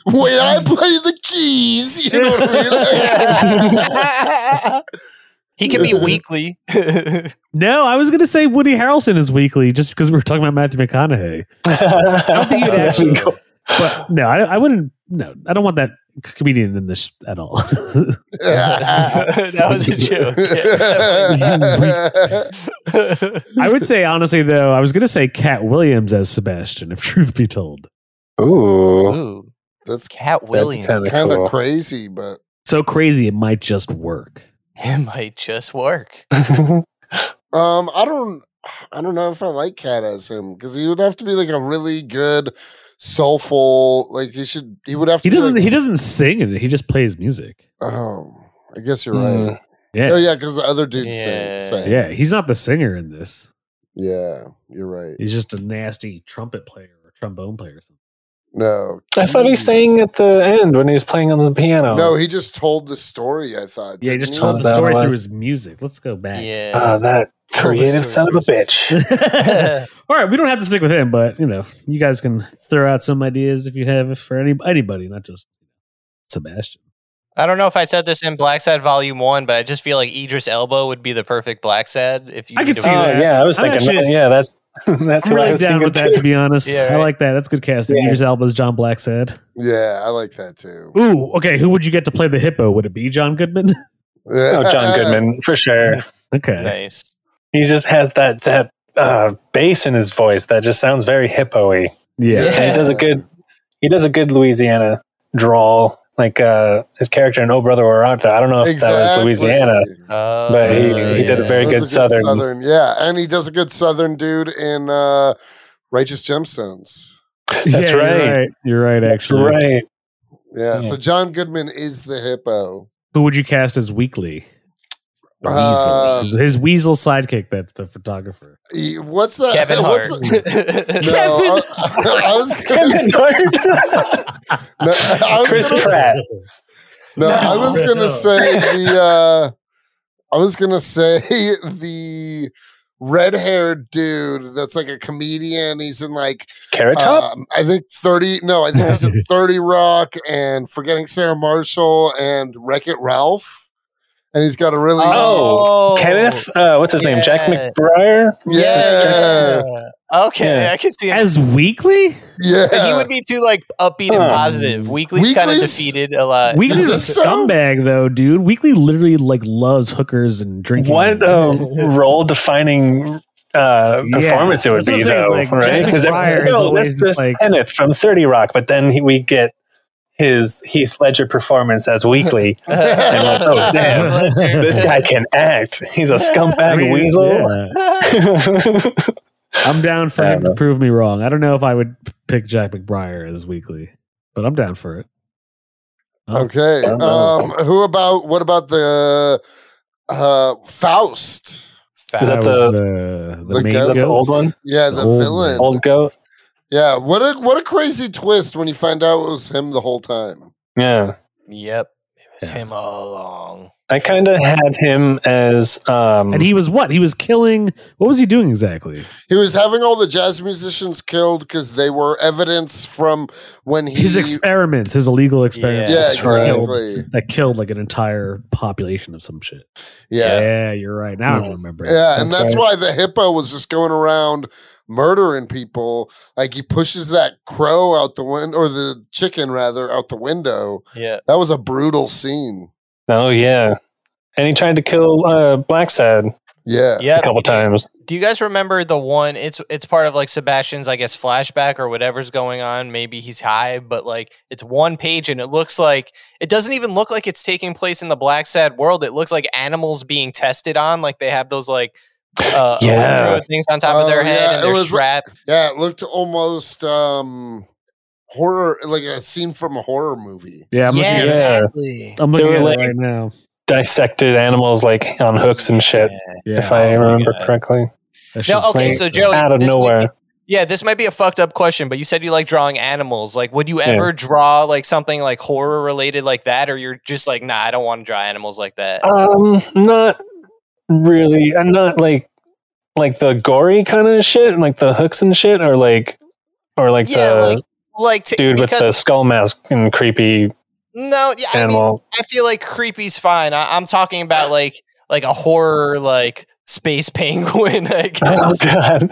Speaker 1: Wait, I play the keys. You know what I mean?
Speaker 2: He can be weekly.
Speaker 4: No, I was going to say Woody Harrelson is weekly just because we were talking about Matthew McConaughey.
Speaker 3: I
Speaker 4: think you'd actually- But no, I, I wouldn't. No, I don't want that comedian in this at all.
Speaker 2: that was a joke. Yeah.
Speaker 4: I would say, honestly, though, I was going to say Cat Williams as Sebastian, if truth be told.
Speaker 3: Ooh,
Speaker 2: Ooh,
Speaker 1: That's
Speaker 2: Cat Williams.
Speaker 3: kinda
Speaker 1: kind of
Speaker 3: cool.
Speaker 1: crazy, but
Speaker 4: So crazy, it might just work.
Speaker 2: It might just work.
Speaker 1: um, I don't, I don't know if I like Cat as him because he would have to be like a really good, soulful. Like he should, he would have to.
Speaker 4: He
Speaker 1: be,
Speaker 4: doesn't.
Speaker 1: like-
Speaker 4: He doesn't sing in it. He just plays music.
Speaker 1: Oh, I guess you're
Speaker 3: Mm.
Speaker 1: right.
Speaker 4: Yeah.
Speaker 1: Oh yeah, because the other dude sang.
Speaker 2: Yeah.
Speaker 1: sang.
Speaker 4: Yeah, he's not the singer in this.
Speaker 1: yeah, you're right.
Speaker 4: He's just a nasty trumpet player or trombone player or something.
Speaker 1: No,
Speaker 3: I thought he
Speaker 1: Jesus.
Speaker 3: sang at the end when he was playing on the piano.
Speaker 1: No, he just told the story. I thought.
Speaker 4: Yeah, he
Speaker 1: didn't
Speaker 4: just
Speaker 1: he?
Speaker 4: told the
Speaker 3: That
Speaker 4: story
Speaker 3: was-
Speaker 4: through his music. Let's go back.
Speaker 2: Yeah.
Speaker 3: Ah, that
Speaker 2: Tell the
Speaker 3: creative son
Speaker 2: story.
Speaker 3: of a bitch.
Speaker 4: All right, we don't have to stick with him, but you know, you guys can throw out some ideas if you have for any anybody, not just Sebastian.
Speaker 2: I don't know if I said this in Black Sad Volume One, but I just feel like Idris Elba would be the perfect Black Sad if you.
Speaker 4: I
Speaker 2: need
Speaker 4: could
Speaker 2: to-
Speaker 4: see
Speaker 3: Oh,
Speaker 4: that.
Speaker 3: yeah, I was
Speaker 4: I'm
Speaker 3: thinking.
Speaker 4: actually-
Speaker 3: man, yeah, that's that's
Speaker 4: I'm
Speaker 3: what I
Speaker 4: really
Speaker 3: was
Speaker 4: down
Speaker 3: thinking
Speaker 4: with that,
Speaker 3: too.
Speaker 4: to be honest.
Speaker 2: Yeah,
Speaker 4: I
Speaker 2: right.
Speaker 4: like that. That's good casting.
Speaker 3: Yeah.
Speaker 4: Idris Elba's John Black said.
Speaker 1: Yeah, I like that too.
Speaker 4: Ooh, okay. Who would you get to play the hippo? Would it be John Goodman?
Speaker 3: Oh, John Goodman for sure.
Speaker 4: okay.
Speaker 2: Nice.
Speaker 3: He just has that that uh, bass in his voice that just sounds very hippo-y.
Speaker 4: Yeah.
Speaker 3: And he does a good he does a good Louisiana drawl. Like uh, his character in Oh Brother Where Art Thou. I don't know if that was Louisiana.
Speaker 2: Uh,
Speaker 3: But he- he did a
Speaker 2: yeah.
Speaker 3: very
Speaker 1: That's
Speaker 3: good Southern.
Speaker 1: Yeah, and he does a good southern dude in uh, Righteous Gemstones.
Speaker 3: That's
Speaker 4: you're
Speaker 3: right.
Speaker 4: You're right, actually.
Speaker 3: Right.
Speaker 1: Yeah,
Speaker 3: Yeah.
Speaker 1: so John Goodman is the hippo.
Speaker 4: Who would you cast as Weekly? The Weasel.
Speaker 1: Uh,
Speaker 4: his, his Weasel sidekick, that's the photographer.
Speaker 1: He- What's that?
Speaker 2: Kevin Hart.
Speaker 1: what's that- No, I, I was gonna
Speaker 3: Kevin
Speaker 1: say,
Speaker 3: Hart.
Speaker 1: no, I was
Speaker 3: Chris
Speaker 1: gonna say-
Speaker 3: Pratt.
Speaker 1: No, I
Speaker 4: No.
Speaker 1: was gonna say the. Uh, I was gonna say the red-haired dude that's like a comedian. He's in like
Speaker 3: Carrot Top.
Speaker 1: um, I think thirty. No, I think it was in Thirty Rock and Forgetting Sarah Marshall and Wreck It Ralph. And he's got a really
Speaker 3: Oh, Kenneth. Uh, what's his name? Jack
Speaker 2: yeah.
Speaker 3: McBriar.
Speaker 1: yeah
Speaker 2: Okay,
Speaker 3: Yeah.
Speaker 2: I could see him.
Speaker 4: As Weekly?
Speaker 1: yeah.
Speaker 2: he would be too like upbeat and
Speaker 3: Huh.
Speaker 2: positive. Weekly's kind of
Speaker 1: Weekly's-
Speaker 2: defeated a lot.
Speaker 4: Weekly's a
Speaker 1: So-
Speaker 4: scumbag, though, dude. Weekly literally like loves hookers and drinking.
Speaker 3: What a role-defining uh,
Speaker 4: Yeah.
Speaker 3: performance it would
Speaker 4: That's what
Speaker 3: be,
Speaker 4: I'm saying,
Speaker 3: though,
Speaker 4: it's like
Speaker 3: right?
Speaker 4: Jack
Speaker 3: Because
Speaker 4: Pryor is
Speaker 3: no,
Speaker 4: always
Speaker 3: that's
Speaker 4: just
Speaker 3: just
Speaker 4: like-
Speaker 3: Kenneth from Thirty Rock, but then he, we get his Heath Ledger performance as Weekly. And like, oh, damn. this guy can act. He's a scumbag
Speaker 4: I mean,
Speaker 3: weasel.
Speaker 4: yeah. I'm down for
Speaker 3: I
Speaker 4: him
Speaker 3: don't
Speaker 4: to prove me wrong. I don't know if I would pick Jack McBriar as Weekly, but I'm down for it.
Speaker 1: Okay.
Speaker 3: I don't know.
Speaker 1: Um, who about what about the uh, Faust?
Speaker 2: Fat.
Speaker 3: Is that
Speaker 4: was
Speaker 3: the-
Speaker 4: the, the,
Speaker 1: the
Speaker 4: main
Speaker 1: goat?
Speaker 3: Is that the
Speaker 4: goat?
Speaker 3: old one?
Speaker 1: Yeah, the
Speaker 4: Old
Speaker 1: villain.
Speaker 3: Old goat?
Speaker 1: Yeah, what a what a crazy twist when you find out it was him the whole time.
Speaker 3: Yeah.
Speaker 2: Yep, it was
Speaker 4: Yeah.
Speaker 2: him all along.
Speaker 3: I kind of had him as um
Speaker 4: And he was what? He was killing. What was he doing exactly?
Speaker 1: He was having all the jazz musicians killed because they were evidence from when he
Speaker 4: His experiments, his illegal experiments.
Speaker 1: yeah,
Speaker 3: That's right.
Speaker 1: exactly.
Speaker 4: That killed like an entire population of some shit.
Speaker 1: Yeah.
Speaker 4: you're right. Now I
Speaker 3: Yeah.
Speaker 4: remember.
Speaker 1: Yeah, and
Speaker 3: That's
Speaker 1: that's why the hippo was just going around murdering people. Like he pushes that crow out the window, or the chicken rather, out the window.
Speaker 2: Yeah,
Speaker 1: That was a brutal scene.
Speaker 3: Oh yeah. And he tried to kill uh Black Sad
Speaker 1: Yeah.
Speaker 2: yeah.
Speaker 3: a couple times.
Speaker 2: Do you guys remember the one? It's it's part of like Sebastian's, I guess, flashback or whatever's going on. Maybe he's high, but like it's one page, and it looks like it doesn't even look like it's taking place in the Black Sad world. It looks like animals being tested on, like they have those like uh,
Speaker 3: Yeah.
Speaker 2: electro things on top of
Speaker 1: Oh,
Speaker 2: their head,
Speaker 1: yeah, it
Speaker 2: and they're
Speaker 1: was-
Speaker 2: strapped.
Speaker 1: Yeah, it looked almost um horror like a scene from a horror movie.
Speaker 4: Yeah, I'm looking
Speaker 2: yeah,
Speaker 4: at it.
Speaker 3: Yeah.
Speaker 2: exactly.
Speaker 4: I'm looking
Speaker 3: They were
Speaker 4: at it
Speaker 3: like-
Speaker 4: right now.
Speaker 3: Dissected animals like on hooks and shit,
Speaker 4: Yeah,
Speaker 3: if I
Speaker 2: Oh my
Speaker 3: remember
Speaker 2: God.
Speaker 3: correctly.
Speaker 4: that shit's
Speaker 2: No, okay,
Speaker 4: like-
Speaker 2: so Joey,
Speaker 3: Out of
Speaker 2: this might-
Speaker 3: nowhere.
Speaker 2: Yeah, this might be a fucked up question, but you said you like drawing animals. Like, would you
Speaker 3: Yeah.
Speaker 2: ever draw like something like horror related like that, or you're just like, nah, I don't want to draw animals like that?
Speaker 3: Um, not really. I'm not like like the gory kind of shit, like the hooks and shit, or like or like
Speaker 2: yeah,
Speaker 3: the
Speaker 2: like, like to,
Speaker 3: dude with
Speaker 2: because
Speaker 3: the skull mask and creepy
Speaker 2: no, yeah, I mean,
Speaker 3: animal.
Speaker 2: I feel like creepy's fine. I, I'm talking about like like a horror like space penguin. I guess.
Speaker 3: Oh god.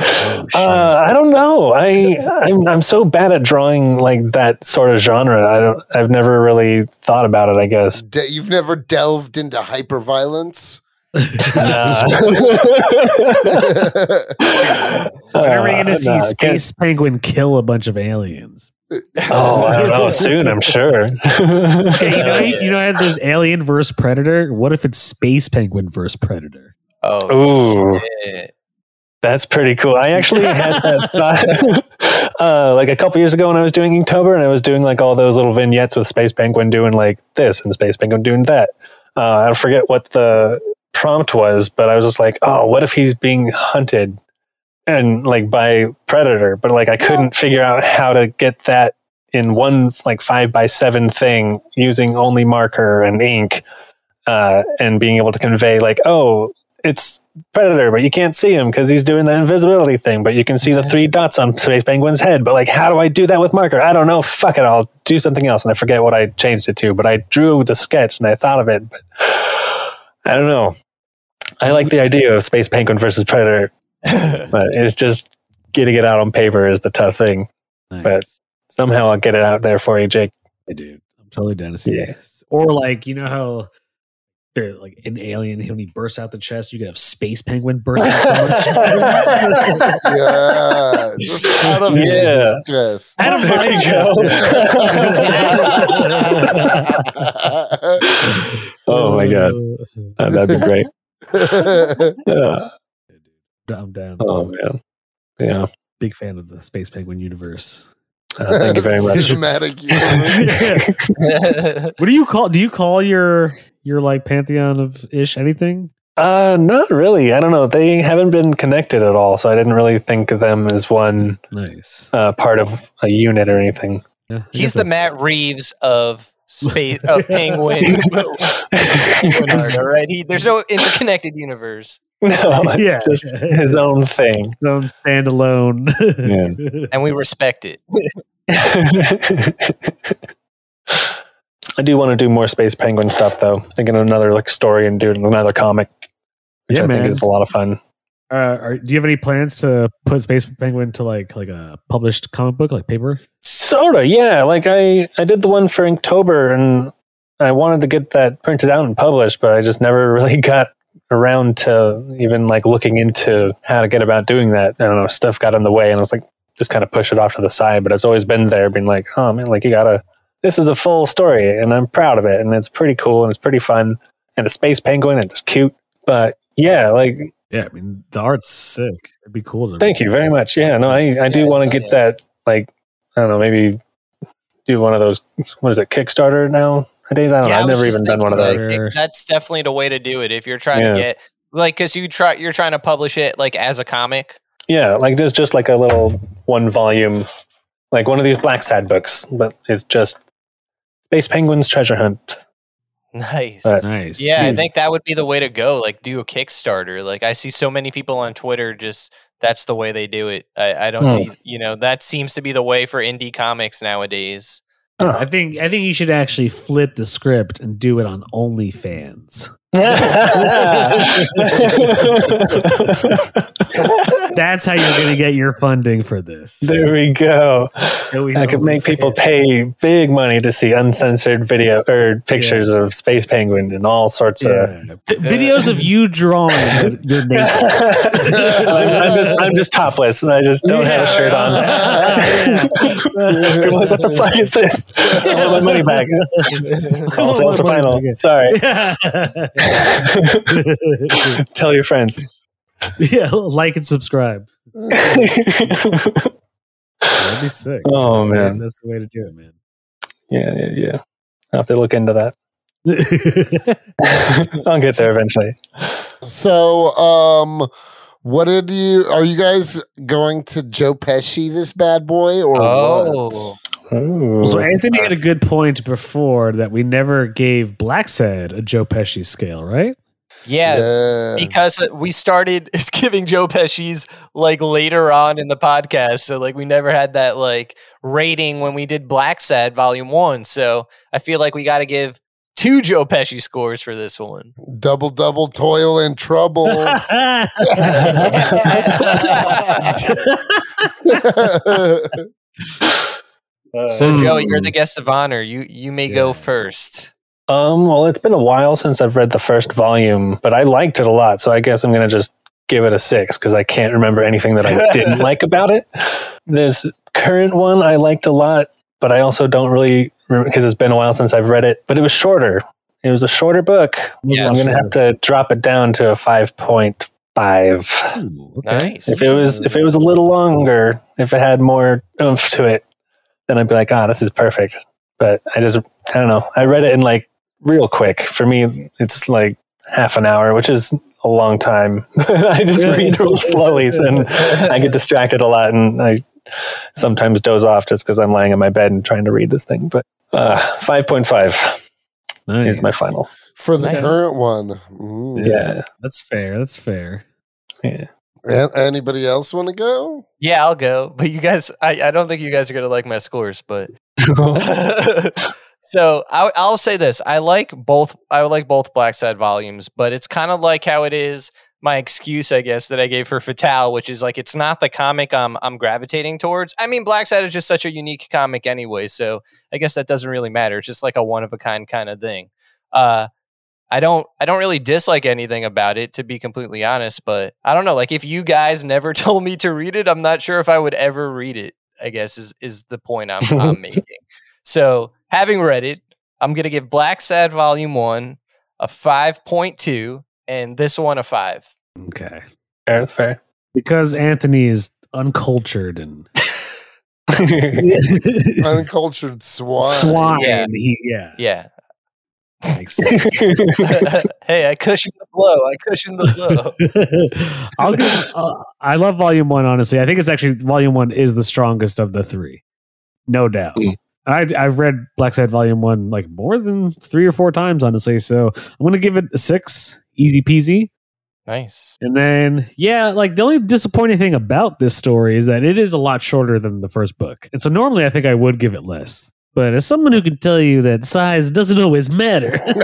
Speaker 3: Uh, I don't know. I I'm I'm so bad at drawing like that sort of genre. I don't. I've never really thought about it. I guess.
Speaker 1: De- you've never delved into hyperviolence.
Speaker 3: Nah.
Speaker 4: When are we going
Speaker 3: Uh,
Speaker 4: to see
Speaker 3: nah, I can't-
Speaker 4: Space Penguin kill a bunch of aliens?
Speaker 3: Oh, I don't know. Soon, I'm sure.
Speaker 4: Hey, you know, you know, I had this Alien versus Predator. What if it's Space Penguin versus Predator?
Speaker 2: Oh,
Speaker 3: Ooh,
Speaker 2: shit.
Speaker 3: that's pretty cool. I actually had that thought uh, like a couple years ago when I was doing Inktober, and I was doing like all those little vignettes with Space Penguin doing like this and Space Penguin doing that. Uh, I forget what the prompt was, but I was just like, oh, what if he's being hunted and like by predator? But like I couldn't figure out how to get that in one like five by seven thing using only marker and ink uh, and being able to convey like, oh, it's predator, but you can't see him because he's doing the invisibility thing, but you can see the three dots on Space Penguin's head. But like, how do I do that with marker? I don't know. Fuck it. I'll do something else. And I forget what I changed it to, but I drew the sketch and I thought of it, but I don't know. I like the idea of Space Penguin versus Predator, but it's just getting it out on paper is the tough thing.
Speaker 4: Nice.
Speaker 3: But- Somehow I'll get it out there for you, Jake.
Speaker 4: I do. I'm totally down to see
Speaker 3: Yeah.
Speaker 4: this. Or like, you know how they're like an alien when he bursts out the chest, you could have Space Penguin burst out someone's chest.
Speaker 1: Yeah, just out of
Speaker 3: Yeah.
Speaker 1: his chest.
Speaker 4: I don't
Speaker 3: There
Speaker 4: mind
Speaker 3: you oh my God. Uh, that'd be great. Uh,
Speaker 4: I'm down.
Speaker 3: oh, man. Yeah.
Speaker 4: Big fan of the Space Penguin universe.
Speaker 3: Uh, thank you very much.
Speaker 1: Cinematic universe.
Speaker 4: What do you call? Do you call your your like pantheon of ish anything?
Speaker 3: Uh, not really. I don't know. They haven't been connected at all, so I didn't really think of them as one
Speaker 4: Nice.
Speaker 3: uh, part of a unit or anything.
Speaker 4: Yeah, I
Speaker 2: He's
Speaker 4: guess
Speaker 2: the
Speaker 4: that's-
Speaker 2: Matt Reeves of space of penguin. Penguin art, all right? He, there's no interconnected universe,
Speaker 3: no, it's
Speaker 4: Yeah.
Speaker 3: just his own thing.
Speaker 4: His own standalone.
Speaker 2: and we respect it.
Speaker 3: I do want to do more Space Penguin stuff, though. Thinking of another like story and doing another comic, which
Speaker 4: Yeah,
Speaker 3: I
Speaker 4: man.
Speaker 3: think is a lot of fun.
Speaker 4: Uh, are, do you have any plans to put Space Penguin to like like a published comic book, like paper?
Speaker 3: Sorta, yeah. Like I, I did the one for Inktober, and I wanted to get that printed out and published, but I just never really got around to even like looking into how to get about doing that. I don't know, stuff got in the way, and I was like, just kind of push it off to the side. But it's always been there, being like, oh man, like you gotta. This is a full story, and I'm proud of it, and it's pretty cool, and it's pretty fun, and it's Space Penguin, and it's cute. But yeah, like
Speaker 4: Yeah, I mean the art's sick. It'd be cool. To
Speaker 3: Thank you very much. Yeah, no, I, I do
Speaker 2: Yeah,
Speaker 3: want
Speaker 2: yeah,
Speaker 3: to get that, like, I don't know, maybe do one of those, what is it, Kickstarter now? Nowadays, I don't
Speaker 2: Yeah,
Speaker 3: know. I've
Speaker 2: I was
Speaker 3: never
Speaker 2: just
Speaker 3: even done one of
Speaker 2: thinking,
Speaker 3: those.
Speaker 4: those.
Speaker 2: like, if that's definitely the way to do it if you're trying
Speaker 3: Yeah.
Speaker 2: to get like because you try you're trying to publish it like as a comic.
Speaker 3: Yeah, like just, just like a little one volume, like one of these Black Sad books, but it's just Space Penguin's Treasure Hunt.
Speaker 2: Nice.
Speaker 3: Right.
Speaker 4: Nice.
Speaker 2: Yeah, I
Speaker 3: Dude.
Speaker 2: think that would be the way to go. Like, do a Kickstarter. Like, I see so many people on Twitter just that's the way they do it. I, I don't
Speaker 3: Hmm.
Speaker 2: see, you know, that seems to be the way for indie comics nowadays.
Speaker 4: I think I think you should actually flip the script and do it on OnlyFans. That's how you're going to get your funding for this.
Speaker 3: there we go.
Speaker 4: Go easy
Speaker 3: I could make
Speaker 4: OnlyFans.
Speaker 3: people pay big money to see uncensored video or pictures of Space Penguin and all sorts of
Speaker 4: Yeah. P- videos of you drawing your name.
Speaker 3: I'm, I'm just I'm just topless and I just don't have a shirt on. You're like, what the fuck is this? I want my money back. All sales are final. Sorry. Tell your friends.
Speaker 4: yeah, like and subscribe.
Speaker 3: yeah,
Speaker 4: That'd be sick.
Speaker 3: Oh,
Speaker 4: That's the-
Speaker 3: man.
Speaker 4: that's the way to do it, man.
Speaker 3: yeah, yeah. I'll have to look into that.
Speaker 4: That's
Speaker 3: I'll get there eventually.
Speaker 1: So, um, what did you? Are you guys going to Joe Pesci this bad boy or
Speaker 2: Oh,
Speaker 3: Ooh.
Speaker 4: so Anthony had a good point before that we never gave Black Sad a Joe Pesci scale, right?
Speaker 2: yeah.
Speaker 1: what? Yeah.
Speaker 2: Because we started giving Joe Pesci's like later on in the podcast, so like we never had that like rating when we did Black Sad Volume One. So I feel like we got to give two Joe Pesci scores for this one.
Speaker 1: Double, double toil and trouble.
Speaker 2: So
Speaker 3: Hmm.
Speaker 2: Joe, you're the guest of honor. You you may go first.
Speaker 3: Um, well, it's been a while since I've read the first volume, but I liked it a lot. So I guess I'm going to just give it a six because I can't remember anything that I didn't like about it. This current one I liked a lot, but I also don't really remember because it's been a while since I've read it, but it was shorter. It was a shorter book.
Speaker 2: Yeah,
Speaker 3: I'm going to have to drop it down to a 5.5.
Speaker 4: Ooh,
Speaker 2: Nice.
Speaker 3: If it was if it was a little longer, if it had more oomph to it, then I'd be like, ah, this is perfect. But I just I don't know. I read it in like real quick. For me, it's like half an hour, which is a long time. I just read real slowly and I get distracted a lot and I sometimes doze off just because I'm lying in my bed and trying to read this thing. But uh, 5.5
Speaker 4: Nice.
Speaker 3: is my final.
Speaker 1: For the
Speaker 2: Nice.
Speaker 1: current one. Mm.
Speaker 3: Yeah.
Speaker 4: That's fair. That's fair.
Speaker 1: A- anybody else want to go?
Speaker 2: Yeah, I'll go. But you guys, I, I don't think you guys are gonna like my scores. But so I, I'll say this: I like both. I like both Black Side volumes, but it's kind of like how it is. My excuse, I guess, that I gave for Fatale, which is like it's not the comic I'm I'm gravitating towards. I mean, Black Side is just such a unique comic anyway, so I guess that doesn't really matter. It's just like a one of a kind kind of thing. Uh, I don't I don't really dislike anything about it to be completely honest, but I don't know. Like if you guys never told me to read it, I'm not sure if I would ever read it. I guess is is the point I'm, I'm making. So having read it, I'm gonna give Black Sad Volume One a five point two, and this one a five.
Speaker 4: Okay.
Speaker 3: fair, that's fair.
Speaker 4: Because Anthony is uncultured and
Speaker 1: Uncultured swine.
Speaker 4: swine.
Speaker 2: Yeah.
Speaker 4: He, yeah.
Speaker 2: Yeah.
Speaker 4: Makes sense.
Speaker 2: hey, I cushioned the blow. I cushioned the blow.
Speaker 4: I'll give, uh, I love Volume One. Honestly, I think it's actually Volume One is the strongest of the three, no doubt.
Speaker 3: Mm.
Speaker 4: I, I've read Black Side Volume One like more than three or four times, honestly. So I'm gonna give it a six, easy peasy.
Speaker 2: nice.
Speaker 4: And then, yeah, like the only disappointing thing about this story is that it is a lot shorter than the first book. And so normally I think I would give it less. But as someone who can tell you that size doesn't always matter,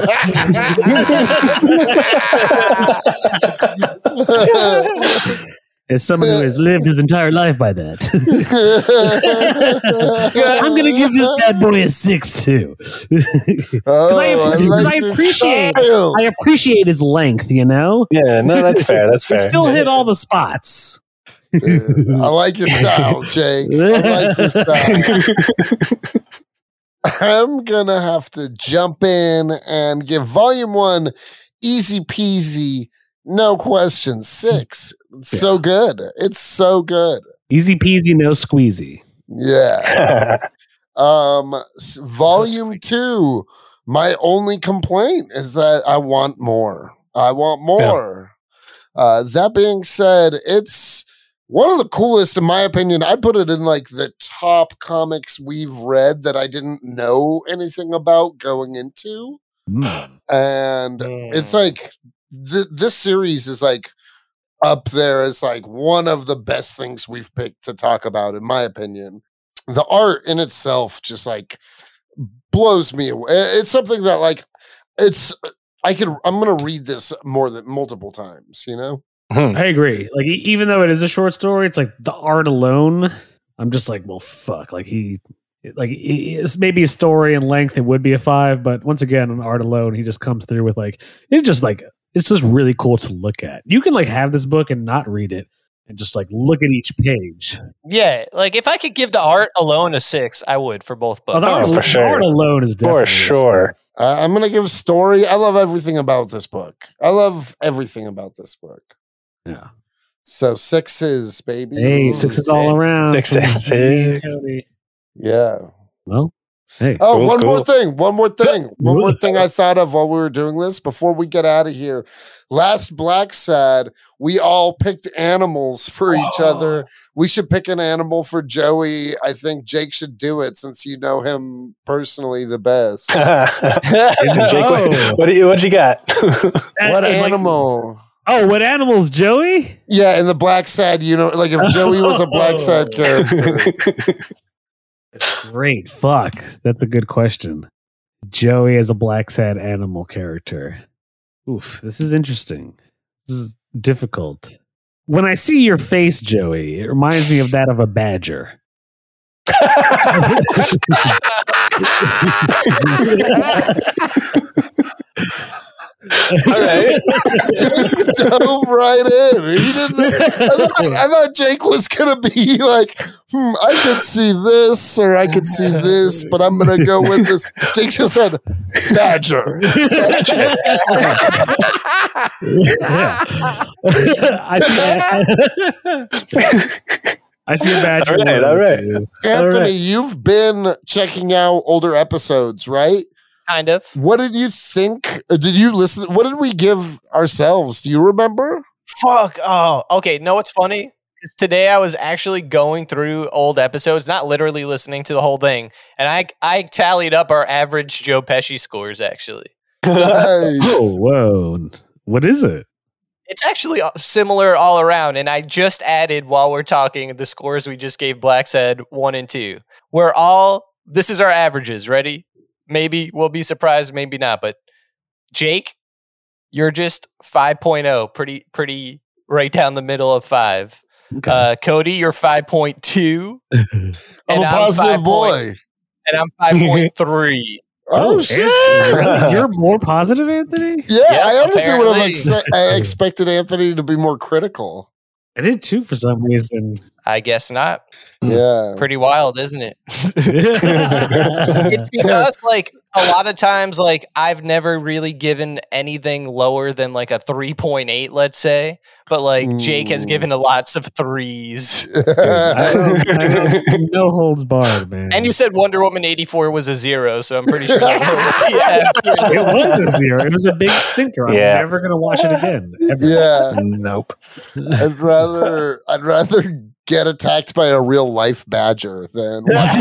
Speaker 4: as someone who has lived his entire life by that, I'm going to give this bad boy a six too.
Speaker 1: Oh,
Speaker 4: I-
Speaker 1: I,
Speaker 4: 'cause
Speaker 1: like
Speaker 4: I
Speaker 1: your
Speaker 4: appreciate-
Speaker 1: style.
Speaker 4: I appreciate its length, you know.
Speaker 3: yeah, no, that's fair. That's fair.
Speaker 4: It still hit all the spots.
Speaker 1: Dude, I like your style, Jake. I like your style. I'm gonna have to jump in and give volume one easy peasy, no question. Six. It's So good. It's so good.
Speaker 4: Easy peasy, no squeezy.
Speaker 1: Yeah. Um s- volume two. My only complaint is that I want more. I want more. Uh that being said, it's one of the coolest, in my opinion. I put it in like the top comics we've read that I didn't know anything about going into. And
Speaker 2: Hmm.
Speaker 1: it's like th- this series is like up there as like one of the best things we've picked to talk about in my opinion the art in itself just like blows me away it's something that like it's i could i'm gonna read this more than multiple times you know
Speaker 4: I agree. Like e- even though it is a short story, it's like the art alone. I'm just like, well, fuck. Like he, like he- it's maybe a story and length, it would be a five, but once again, on art alone, he just comes through with like it's just like it's just really cool to look at. You can like have this book and not read it, and just like look at each page.
Speaker 2: Yeah, like if I could give the art alone a six, I would for both
Speaker 4: Oh,
Speaker 2: books.
Speaker 4: the art,
Speaker 3: for
Speaker 4: the
Speaker 3: sure.
Speaker 4: art alone is definitely
Speaker 3: For
Speaker 4: a
Speaker 3: sure.
Speaker 1: uh, i'm gonna give story i love everything about this book i love everything about this book
Speaker 4: six. Yeah.
Speaker 1: so sixes baby
Speaker 4: Hey, sixes all around.
Speaker 3: Mm-hmm. Six, six, six.
Speaker 1: yeah
Speaker 4: Well, hey.
Speaker 1: Oh,
Speaker 3: Cool,
Speaker 1: one more
Speaker 3: cool.
Speaker 1: thing. One more thing. One more thing I thought of while we were doing this before we get out of here. Last Black said we all picked animals for each other. We should pick an animal for Joey. I think Jake should do it since you know him personally the best.
Speaker 3: Jake, what, what do you what you got?
Speaker 4: That
Speaker 1: what
Speaker 4: is, like-
Speaker 1: animal?
Speaker 4: oh, what animals, Joey?
Speaker 1: yeah, in the Black Sad, you know, like if Joey was a Black Sad character.
Speaker 4: Great. Fuck. That's a good question. Joey as a black sad animal character. Oof, this is interesting. This is difficult. When I see your face, Joey, it reminds me of that of a badger.
Speaker 2: All right.
Speaker 1: Jake dove right in. He didn't. I thought, I thought Jake was gonna be like, hmm, I could see this or I could see this, but I'm gonna go with this. Jake just said, Badger.
Speaker 4: I see. I see a badger.
Speaker 3: All right, all right.
Speaker 1: Anthony,
Speaker 3: right.
Speaker 1: you've been checking out older episodes, right?
Speaker 2: kind of.
Speaker 1: What did you think? uh, Did you listen? What did we give ourselves? Do you remember?
Speaker 2: Fuck. Oh, okay. No, what's funny? 'Cause Today I was actually going through old episodes, not literally listening to the whole thing, and I I tallied up our average Joe Pesci scores. Actually,
Speaker 1: Nice.
Speaker 4: Oh, whoa. What is it?
Speaker 2: it's actually a- similar all around. And I just added while we're talking the scores we just gave Black's Head one and two. We're all this is our averages. Ready? Maybe we'll be surprised, maybe not. But Jake, you're just 5.0, pretty pretty right down the middle of five.
Speaker 4: Okay.
Speaker 2: Uh, Cody, you're 5.2. and
Speaker 1: I'm a positive boy.
Speaker 2: and I'm 5.3.
Speaker 1: Oh,
Speaker 4: Oh,
Speaker 1: shit.
Speaker 2: Uh,
Speaker 4: Really? You're more positive, Anthony?
Speaker 1: Yeah, I honestly would have
Speaker 2: apparently.
Speaker 1: exce- I expected Anthony to be more critical.
Speaker 4: I did too for some reason.
Speaker 2: I guess not.
Speaker 3: Hmm.
Speaker 1: Yeah.
Speaker 2: Pretty wild, isn't it?
Speaker 4: yeah.
Speaker 2: it's because, like, a lot of times, like, I've never really given anything lower than, like, a 3.8, let's say. But, like, Jake has
Speaker 1: Mm.
Speaker 2: given a lots of threes.
Speaker 4: I don't- I don't- no holds barred, man.
Speaker 2: And you said Wonder Woman 84 was a zero, so I'm pretty sure that was the average.
Speaker 4: it was a zero. It was a big stinker. I'm
Speaker 3: Yeah.
Speaker 4: never gonna watch it again. Ever.
Speaker 1: yeah.
Speaker 3: nope.
Speaker 1: I'd rather I'd rather get attacked by a real life badger than watch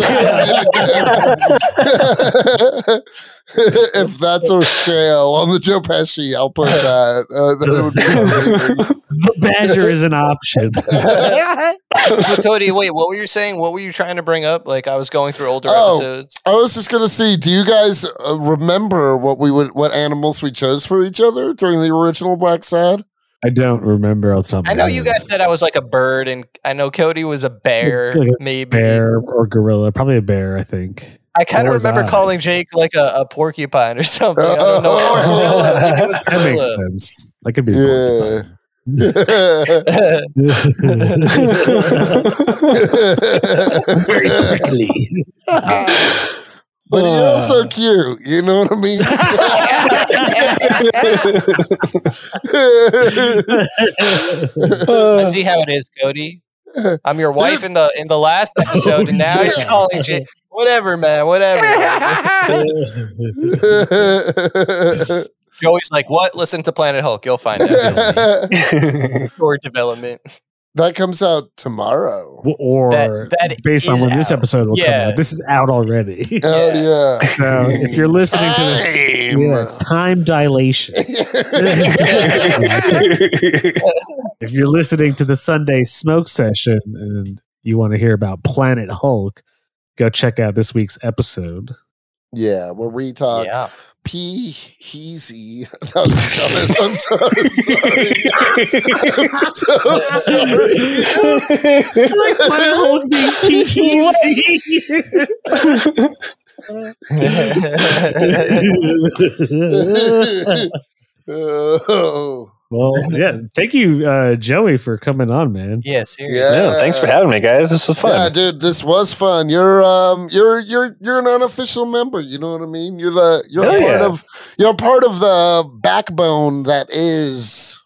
Speaker 1: that. if that's our scale on the Joe Pesci, I'll put that. Uh, that would be amazing.
Speaker 4: The badger is an option.
Speaker 2: But Cody, wait, what were you saying? What were you trying to bring up? Like, I was going through older
Speaker 1: Oh.
Speaker 2: episodes.
Speaker 1: I was just gonna see. Do you guys uh, remember what we would, what animals we chose for each other during the original Black Sad?
Speaker 4: I don't remember. I'll tell
Speaker 2: I know you guys said I was like a bird, and I know Cody was a bear,
Speaker 4: Like
Speaker 2: maybe.
Speaker 4: bear or gorilla, probably a bear. I think.
Speaker 2: I kind
Speaker 4: Or
Speaker 2: of
Speaker 4: was
Speaker 2: remember
Speaker 4: I?
Speaker 2: calling Jake like a, a porcupine or something. I don't know. Or gorilla. I
Speaker 4: That
Speaker 2: think it was
Speaker 4: makes
Speaker 2: gorilla.
Speaker 4: sense. That could be.
Speaker 1: Yeah.
Speaker 4: a porcupine.
Speaker 1: Very
Speaker 4: quickly.
Speaker 1: But you're
Speaker 3: Ah.
Speaker 1: also cute. You know what I mean?
Speaker 2: I see how it is, Cody. I'm your wife
Speaker 1: Dude.
Speaker 2: in the in the last episode, and now you're
Speaker 4: Yeah.
Speaker 2: calling Jake. Whatever, man. Whatever.
Speaker 3: Ah.
Speaker 2: Joey's like, "What? Listen to Planet Hulk. You'll find out." Story development.
Speaker 1: that comes out tomorrow.
Speaker 4: or
Speaker 2: That- that
Speaker 4: based on
Speaker 2: is
Speaker 4: when this
Speaker 2: out.
Speaker 4: episode will
Speaker 2: Yeah.
Speaker 4: come out. This is out already.
Speaker 1: Hell yeah.
Speaker 4: so if you're listening to this,
Speaker 1: Time.
Speaker 4: yeah, time dilation. if you're listening to the Sunday smoke session and you want to hear about Planet Hulk, go check out this week's episode.
Speaker 1: yeah, where we talk
Speaker 2: yeah.
Speaker 1: P Heezy. That was dumbass. I'm so sorry. I'm so sorry.
Speaker 4: Like Planet Hulk being
Speaker 1: oh.
Speaker 4: well, yeah. Thank you, uh, Joey, for coming on, man.
Speaker 2: yeah. Seriously.
Speaker 1: Yeah.
Speaker 3: No, thanks for having me, guys. This was
Speaker 1: Yeah,
Speaker 3: fun.
Speaker 1: dude, this was fun. You're um, you're you're you're an unofficial member. You know what I mean? You're the you're
Speaker 3: Hell
Speaker 1: part
Speaker 3: yeah.
Speaker 1: of you're part of the backbone that is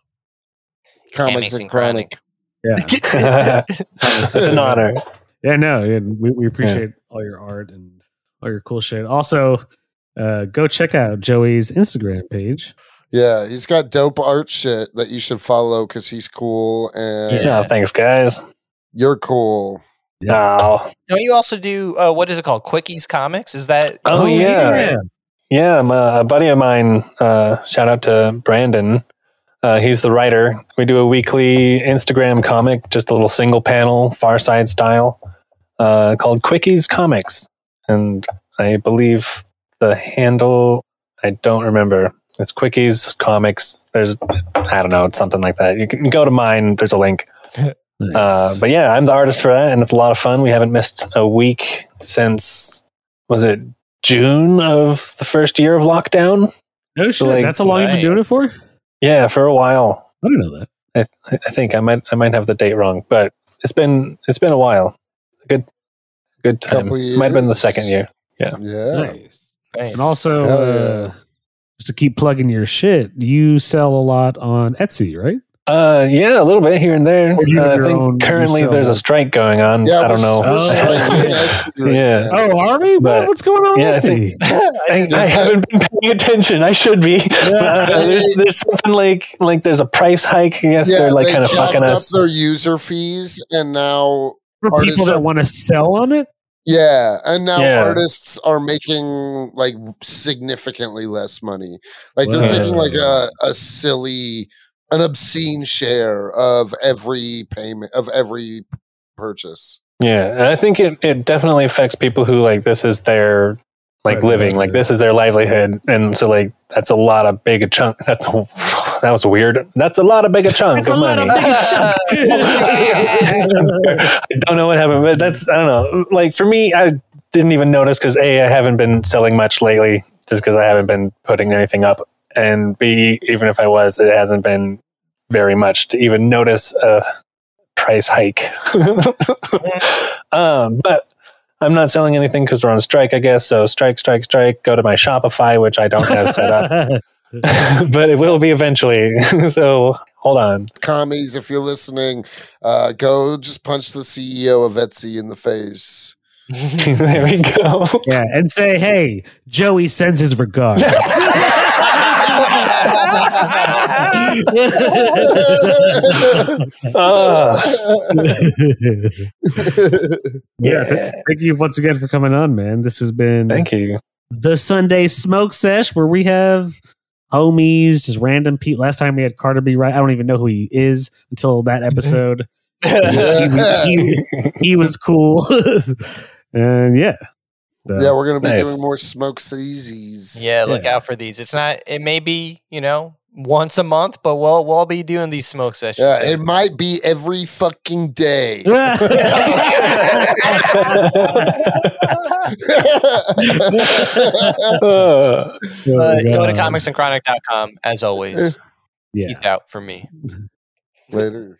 Speaker 1: comics and chronic.
Speaker 4: Yeah,
Speaker 3: it's an honor.
Speaker 4: yeah, no, and we, we appreciate all your art and all your cool shit. Also, uh, go check out Joey's Instagram page.
Speaker 1: Yeah, he's got dope art shit that you should follow because he's cool and
Speaker 3: No, thanks, guys.
Speaker 1: you're cool.
Speaker 3: No.
Speaker 2: Don't you also do uh, what is it called? Quickies Comics? Is that?
Speaker 3: Oh, yeah. Yeah, my, a buddy of mine, uh, shout out to Brandon. Uh, he's the writer. We do a weekly Instagram comic, just a little single panel, Far Side style, uh, called Quickies Comics. And I believe the the handle? I don't remember. It's Quickies Comics. There's, I don't know, it's something like that. You can go to mine. There's a link.
Speaker 4: Nice.
Speaker 3: Uh, but yeah, I'm the artist for that, and it's a lot of fun. We haven't missed a week since was it June of the first year of lockdown?
Speaker 4: no shit.
Speaker 3: like,
Speaker 4: That's how long you've
Speaker 2: right.
Speaker 4: been doing it for? I
Speaker 3: Yeah, for a while.
Speaker 4: don't know that.
Speaker 3: I, I think I might I might have the date wrong, but it's been it's been a while. A good good time.
Speaker 1: Couple
Speaker 3: Might have been the
Speaker 1: years.
Speaker 3: second year.
Speaker 1: Yeah.
Speaker 4: Nice.
Speaker 2: Nice.
Speaker 4: And also,
Speaker 1: Hell
Speaker 4: uh, just to keep plugging your shit, you sell a lot on Etsy, right?
Speaker 3: Uh, yeah, a little bit here and there.
Speaker 4: Or do you have
Speaker 3: Uh, I
Speaker 4: your own-
Speaker 3: think currently
Speaker 4: you sell-
Speaker 3: there's a strike going on.
Speaker 1: Yeah,
Speaker 3: I don't know.
Speaker 1: we're- we're
Speaker 4: Oh.
Speaker 1: striking that.
Speaker 3: Yeah.
Speaker 4: Oh, are we?
Speaker 3: But-
Speaker 4: What's going on
Speaker 3: yeah, I
Speaker 4: on Etsy?
Speaker 3: think- I, I haven't been paying attention. I should be. Uh, there's, there's something like like there's a price hike. I guess they're like
Speaker 1: they
Speaker 3: kind of
Speaker 1: jacked
Speaker 3: fucking
Speaker 1: up
Speaker 3: us.
Speaker 1: their user fees, and now
Speaker 4: For people
Speaker 1: artists
Speaker 4: that
Speaker 1: are-
Speaker 4: want to sell on it?
Speaker 1: yeah, and now
Speaker 3: Yeah.
Speaker 1: artists are making like significantly less money. Like they're
Speaker 4: Wow.
Speaker 1: taking like a a silly, an obscene share of every payment of every purchase.
Speaker 3: Yeah, and I think it, it definitely affects people who like this is their like
Speaker 4: Right,
Speaker 3: living,
Speaker 4: right,
Speaker 3: like
Speaker 4: right.
Speaker 3: this is their livelihood, and so like that's a lot of big a chunk. That's a, that was weird. That's a lot of big a chunk
Speaker 4: That's
Speaker 3: of
Speaker 4: a lot
Speaker 3: money.
Speaker 4: of big
Speaker 3: I don't know what happened, but that's I don't know. Like for me, I didn't even notice because a I haven't been selling much lately, just because I haven't been putting anything up, and b even if I was, it hasn't been very much to even notice a price hike. um, but I'm not selling anything because we're on strike, I guess. So strike, strike, strike. Go to my Shopify, which I don't have set up, but it will be eventually. so hold on.
Speaker 1: Commies, if you're listening, uh, go just punch the CEO of Etsy in the face.
Speaker 3: there we go.
Speaker 4: yeah, and say, hey, Joey sends his regards.
Speaker 3: Ah,
Speaker 4: Yeah,
Speaker 3: yeah.
Speaker 4: Thank you once again for coming on, man. This has been
Speaker 3: Thank you.
Speaker 4: the Sunday Smoke Sesh, where we have homies, just random people. Last time we had Carter B. Right, I don't even know who he is until that episode. he, was, he- he was cool, and yeah, So,
Speaker 1: yeah, we're gonna be
Speaker 3: Nice.
Speaker 1: doing more smoke seasies.
Speaker 2: Yeah, look
Speaker 4: Yeah.
Speaker 2: out for these. It's not. It may be you know once a month, but we'll we'll be doing these smoke sessions.
Speaker 1: Yeah,
Speaker 2: so-
Speaker 1: it might be every fucking day.
Speaker 3: Uh,
Speaker 4: Oh,
Speaker 2: Uh, go to
Speaker 4: God.
Speaker 2: comicsandchronic.com as always.
Speaker 4: Yeah.
Speaker 2: He's out for me.
Speaker 1: Later.